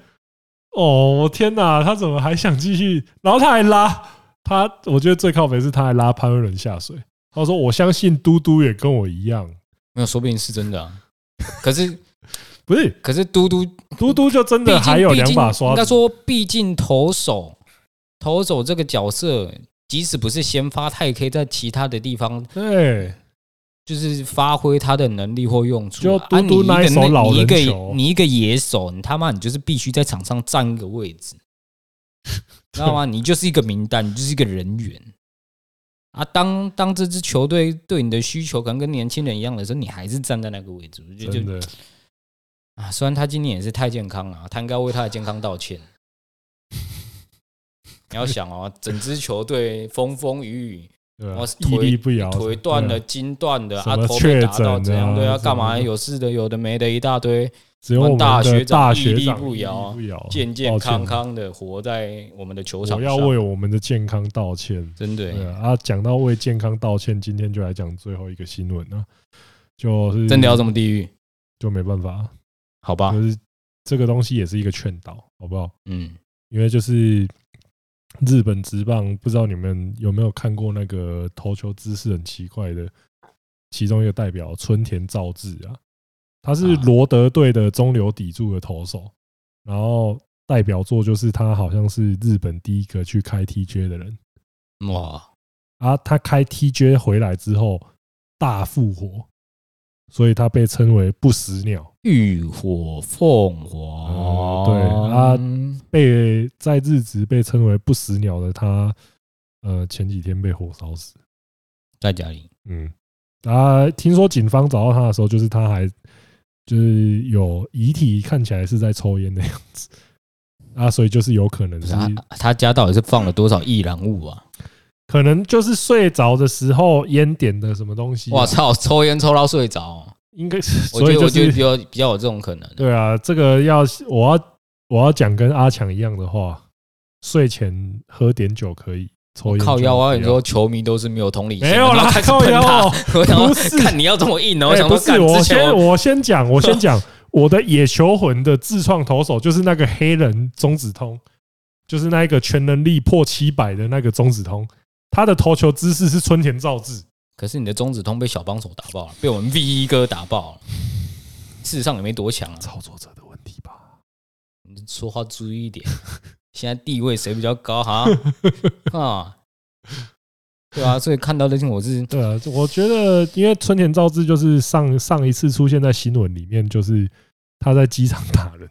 Speaker 1: 哦，我天哪，他怎么还想继续？然后他还拉他，我觉得最靠北是他还拉潘威伦下水。他说：“我相信嘟嘟也跟我一样，
Speaker 2: 没有，说不定是真的、啊。可是，
Speaker 1: 不是
Speaker 2: 可是嘟嘟
Speaker 1: 嘟嘟就真
Speaker 2: 毕
Speaker 1: 的
Speaker 2: 竟
Speaker 1: 还有
Speaker 2: 毕
Speaker 1: 两
Speaker 2: 竟
Speaker 1: 把刷
Speaker 2: 应该
Speaker 1: 子。
Speaker 2: 说，毕竟投手，投手这个角色，即使不是先发，他也可以在其他的地方
Speaker 1: 对，
Speaker 2: 就是发挥他的能力或用处
Speaker 1: 就
Speaker 2: 啊。啊
Speaker 1: 嘟嘟
Speaker 2: 你
Speaker 1: 那一
Speaker 2: 一个
Speaker 1: 手老
Speaker 2: 你一
Speaker 1: 人
Speaker 2: 个
Speaker 1: 球
Speaker 2: 你一个野手，你他妈你就是必须在场上占一个位置， 知道吗？你就是一个名单，你就是一个人员。啊，当当这支球队对你的需求可能跟年轻人一样的时候，你还是站在那个位置，我觉得
Speaker 1: 真
Speaker 2: 就
Speaker 1: 的
Speaker 2: 啊，虽然他今年也是太健康了，他应该为他的健康道歉。 你要想哦，整支球队风风雨雨，
Speaker 1: 对啊
Speaker 2: 我是
Speaker 1: 屹
Speaker 2: 腿
Speaker 1: 立不摇，
Speaker 2: 腿断
Speaker 1: 对
Speaker 2: 了、
Speaker 1: 啊，
Speaker 2: 筋断的，
Speaker 1: 什
Speaker 2: 啊
Speaker 1: 么
Speaker 2: 头被
Speaker 1: 确
Speaker 2: 打
Speaker 1: 诊啊
Speaker 2: 到怎样，对啊，
Speaker 1: 什么
Speaker 2: 干嘛
Speaker 1: 的哦
Speaker 2: 有事的有的没的一大堆，
Speaker 1: 只有我们
Speaker 2: 大
Speaker 1: 的
Speaker 2: 学长
Speaker 1: 大
Speaker 2: 屹
Speaker 1: 学
Speaker 2: 立
Speaker 1: 长
Speaker 2: 不摇
Speaker 1: 不摇，
Speaker 2: 健健
Speaker 1: 抱歉
Speaker 2: 康康的活在我们的球场
Speaker 1: 我要
Speaker 2: 上。
Speaker 1: 为我们的健康道歉。
Speaker 2: 真的
Speaker 1: 对
Speaker 2: 欸，
Speaker 1: 啊，啊讲到为健康道歉，今天就来讲最后一个新闻啊，就是
Speaker 2: 真的要这么地狱？
Speaker 1: 就没办法，啊
Speaker 2: 好吧
Speaker 1: 就，是这个东西也是一个劝导，好不好？
Speaker 2: 嗯，
Speaker 1: 因为就是日本职棒，不知道你们有没有看过那个投球姿势很奇怪的，其中一个代表春田照志啊，他是
Speaker 2: 啊
Speaker 1: 罗德队的中流砥柱的投手，然后代表作就是他好像是日本第一个去开 TJ 的人。
Speaker 2: 嗯哇，
Speaker 1: 啊，他开 TJ 回来之后大复活，所以他被称为不死鸟，
Speaker 2: 浴火凤凰，
Speaker 1: 嗯
Speaker 2: 对啊，
Speaker 1: 被在日职被称为不死鸟的他，呃，前几天被火烧死。
Speaker 2: 在家里，
Speaker 1: 嗯，啊，听说警方找到他的时候，就是他还就是有遗体看起来是在抽烟的样子，啊，所以就是有可能
Speaker 2: 不
Speaker 1: 是
Speaker 2: 是啊他他家到底是放了多少易燃物啊？
Speaker 1: 可能就是睡着的时候烟点的什么东西啊、
Speaker 2: 我操，抽烟抽到睡着哦、
Speaker 1: 应该是，
Speaker 2: 我
Speaker 1: 所
Speaker 2: 觉
Speaker 1: 以
Speaker 2: 得
Speaker 1: 就
Speaker 2: 我觉得
Speaker 1: 是
Speaker 2: 比较比较有这种可能。
Speaker 1: 对啊，这个要我要我要讲跟阿强一样的话，睡前喝点酒可以，抽烟
Speaker 2: 靠
Speaker 1: 就
Speaker 2: 腰啊！
Speaker 1: 不
Speaker 2: 你
Speaker 1: 要
Speaker 2: 说球迷都是没有同理心的，
Speaker 1: 没有啦
Speaker 2: 然后开始喷
Speaker 1: 靠腰
Speaker 2: 他
Speaker 1: 哦。
Speaker 2: 我想
Speaker 1: 不是
Speaker 2: 说，看你要这么硬哦，我
Speaker 1: 哎
Speaker 2: 想
Speaker 1: 不
Speaker 2: 说，
Speaker 1: 是
Speaker 2: 看
Speaker 1: 我
Speaker 2: 之前
Speaker 1: 先
Speaker 2: 我
Speaker 1: 我先讲，我先 讲我的野球魂的自创投手就是那个黑人中指通，就是那一个全能力破七百的那个中指通，他的投球姿势是春田照志，
Speaker 2: 可是你的中指通被小帮手打爆了，被我们 V 一哥打爆了。事实上也没多强啊，
Speaker 1: 操作者的问题吧？
Speaker 2: 你说话注意一点。 现在地位谁比较高哈？ 啊，对啊，所以看到的我是
Speaker 1: 对啊，我觉得因为春田照志就是上上一次出现在新闻里面，就是他在机场打人。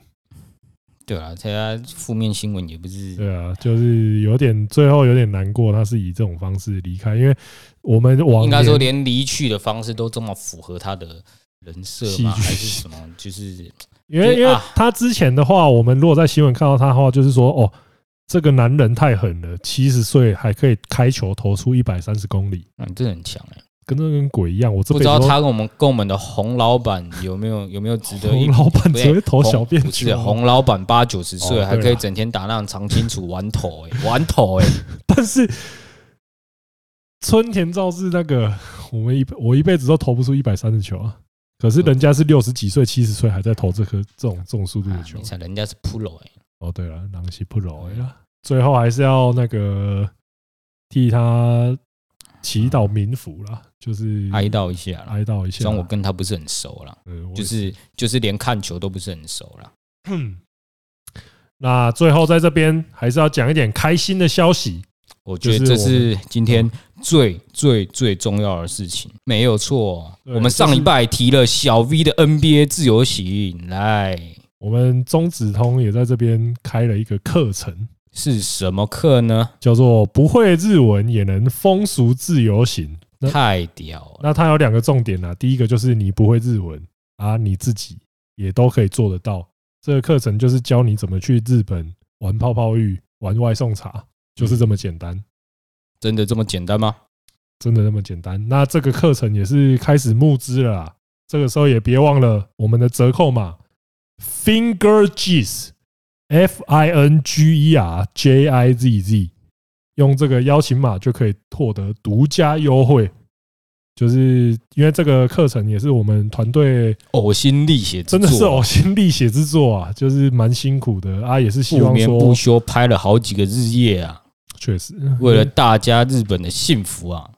Speaker 2: 对啊，现在负面新闻也不是
Speaker 1: 对啊，就是有点最后有点难过，他是以这种方式离开，因为我们往
Speaker 2: 应该说
Speaker 1: 年
Speaker 2: 连离去的方式都这么符合他的人设
Speaker 1: 戏剧
Speaker 2: 吗？还是什么？就是
Speaker 1: 因为
Speaker 2: 就
Speaker 1: 因为
Speaker 2: 啊
Speaker 1: 他之前的话，我们如果在新闻看到他的话，就是说哦，这个男人太狠了，七十岁还可以开球投出一百三十公里，
Speaker 2: 嗯，这很强哎、
Speaker 1: 跟那跟鬼一样。我这
Speaker 2: 不
Speaker 1: 辈
Speaker 2: 知
Speaker 1: 子
Speaker 2: 道
Speaker 1: 都
Speaker 2: 他跟我们跟我们的洪老板有没有有没有值得一
Speaker 1: 洪老板
Speaker 2: 不是
Speaker 1: 只会投小
Speaker 2: 洪
Speaker 1: 便
Speaker 2: 不是
Speaker 1: 球，
Speaker 2: 洪老板八九十
Speaker 1: 哦对
Speaker 2: 岁
Speaker 1: 啊
Speaker 2: 还可以整天打那种长青楚玩头哎、 玩头哎、
Speaker 1: 但是春田照是那个我们一我一辈子都投不出一百三十球啊。可是人家是六十几岁、七十岁还在投这颗这种这种速度的
Speaker 2: 啊
Speaker 1: 球
Speaker 2: 没，事，人家是 pro 哎、
Speaker 1: 哦，对了，狼是不容易了，最后还是要那个替他祈祷冥福啦，就是
Speaker 2: 嗯哀悼一下啦。
Speaker 1: 哀悼一
Speaker 2: 虽
Speaker 1: 下
Speaker 2: 然。我跟他不是很熟啦，
Speaker 1: 嗯，哎我
Speaker 2: 就是就是连看球都不是很熟啦。
Speaker 1: 那最后在这边还是要讲一点开心的消息，
Speaker 2: 我觉得
Speaker 1: 就
Speaker 2: 这
Speaker 1: 是我们哦
Speaker 2: 是今天最最最重要的事情，没有错哦。
Speaker 1: 对
Speaker 2: 我们上
Speaker 1: 就是
Speaker 2: 礼拜提了小 V 的 NBA 自由行，来
Speaker 1: 我们中指通也在这边开了一个课程，
Speaker 2: 是什么课呢？
Speaker 1: 叫做“不会日文也能风俗自由行”。那
Speaker 2: 太屌了！
Speaker 1: 那它有两个重点啊，第一个就是你不会日文啊，你自己也都可以做得到。这个课程就是教你怎么去日本玩泡泡浴、玩外送茶，
Speaker 2: 嗯
Speaker 1: 就是这么简单，
Speaker 2: 真的这么简单吗？
Speaker 1: 真的那么简单。那这个课程也是开始募资了啦，这个时候也别忘了我们的折扣码 finger jizz F I N G E R J I Z Z，用这个邀请码就可以获得独家优惠。就是因为这个课程也是我们团队
Speaker 2: 呕心沥血之
Speaker 1: 真
Speaker 2: 作，啊
Speaker 1: 的是呕心沥血之作啊，就是蛮辛苦的啊，也是希
Speaker 2: 不
Speaker 1: 望
Speaker 2: 眠不
Speaker 1: 说嗯
Speaker 2: 休，拍了好几个日夜啊，
Speaker 1: 确实
Speaker 2: 为了大家日本的幸福啊，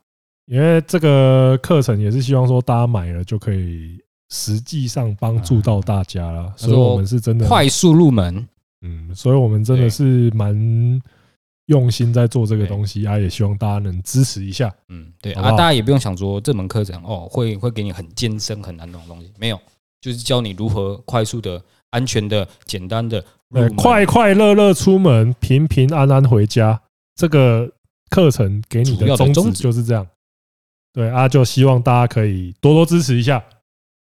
Speaker 1: 因为这个课程也是希望说大家买了就可以实际上帮助到大家了，
Speaker 2: 他
Speaker 1: 所
Speaker 2: 说
Speaker 1: 以我们是真的，
Speaker 2: 嗯快速入门，
Speaker 1: 嗯，所以我们真的是蛮用心在做这个东西啊，也希望大家能支持一下。
Speaker 2: 嗯，对
Speaker 1: 好不
Speaker 2: 啊，
Speaker 1: 好
Speaker 2: 大家也不用想说这门课程哦，会会给你很艰深很难懂的东西，没有，就是教你如何快速的、安全的、简单的
Speaker 1: 呃，
Speaker 2: 入门，
Speaker 1: 快快乐乐出门，平平安安回家。这个课程给你
Speaker 2: 主要
Speaker 1: 的宗
Speaker 2: 的
Speaker 1: 旨
Speaker 2: 宗旨
Speaker 1: 就是这样。对啊，就希望大家可以多多支持一下，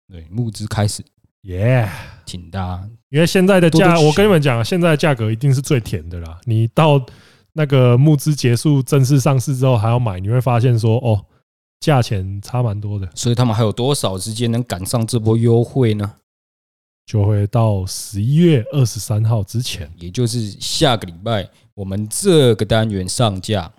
Speaker 2: 对募资开始，
Speaker 1: 耶、
Speaker 2: 请大家
Speaker 1: 因为现在的价，
Speaker 2: 多多
Speaker 1: 我
Speaker 2: 取
Speaker 1: 跟你们讲，现在的价格一定是最甜的啦。你到那个募资结束、正式上市之后还要买，你会发现说，哦，价钱差蛮多的，
Speaker 2: 所以他们还有多少时间能赶上这波优惠呢？
Speaker 1: 就会到十一月二十三号之前。
Speaker 2: 也就是下个礼拜我们这个单元上架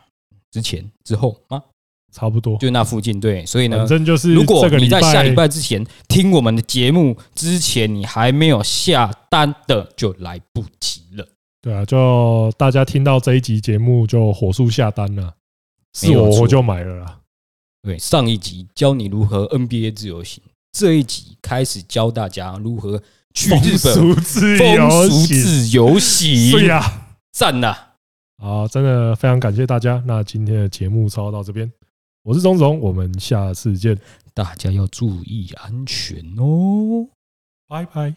Speaker 2: 之前之后吗？
Speaker 1: 差不多。
Speaker 2: 就那附近对，所以呢
Speaker 1: 反，正就是，
Speaker 2: 如果
Speaker 1: 这个
Speaker 2: 你
Speaker 1: 礼
Speaker 2: 在
Speaker 1: 拜
Speaker 2: 下礼拜之前听我们的节目之前，你还没有下单的，就来不及了。
Speaker 1: 对啊，就大家听到这一集节目就火速下单了，是
Speaker 2: 没有
Speaker 1: 我
Speaker 2: 错
Speaker 1: 我就买了啦。
Speaker 2: 对，上一集教你如何 NBA 自由行，这一集开始教大家如何去
Speaker 1: 风
Speaker 2: 日本
Speaker 1: 俗自由
Speaker 2: 风俗
Speaker 1: 行，
Speaker 2: 自由
Speaker 1: 对
Speaker 2: 行，
Speaker 1: 呀。
Speaker 2: 赞呐！
Speaker 1: 好，真的非常感谢大家。那今天的节目操到这边，我是钟总，我们下次见，
Speaker 2: 大家要注意安全哦。
Speaker 1: 拜拜。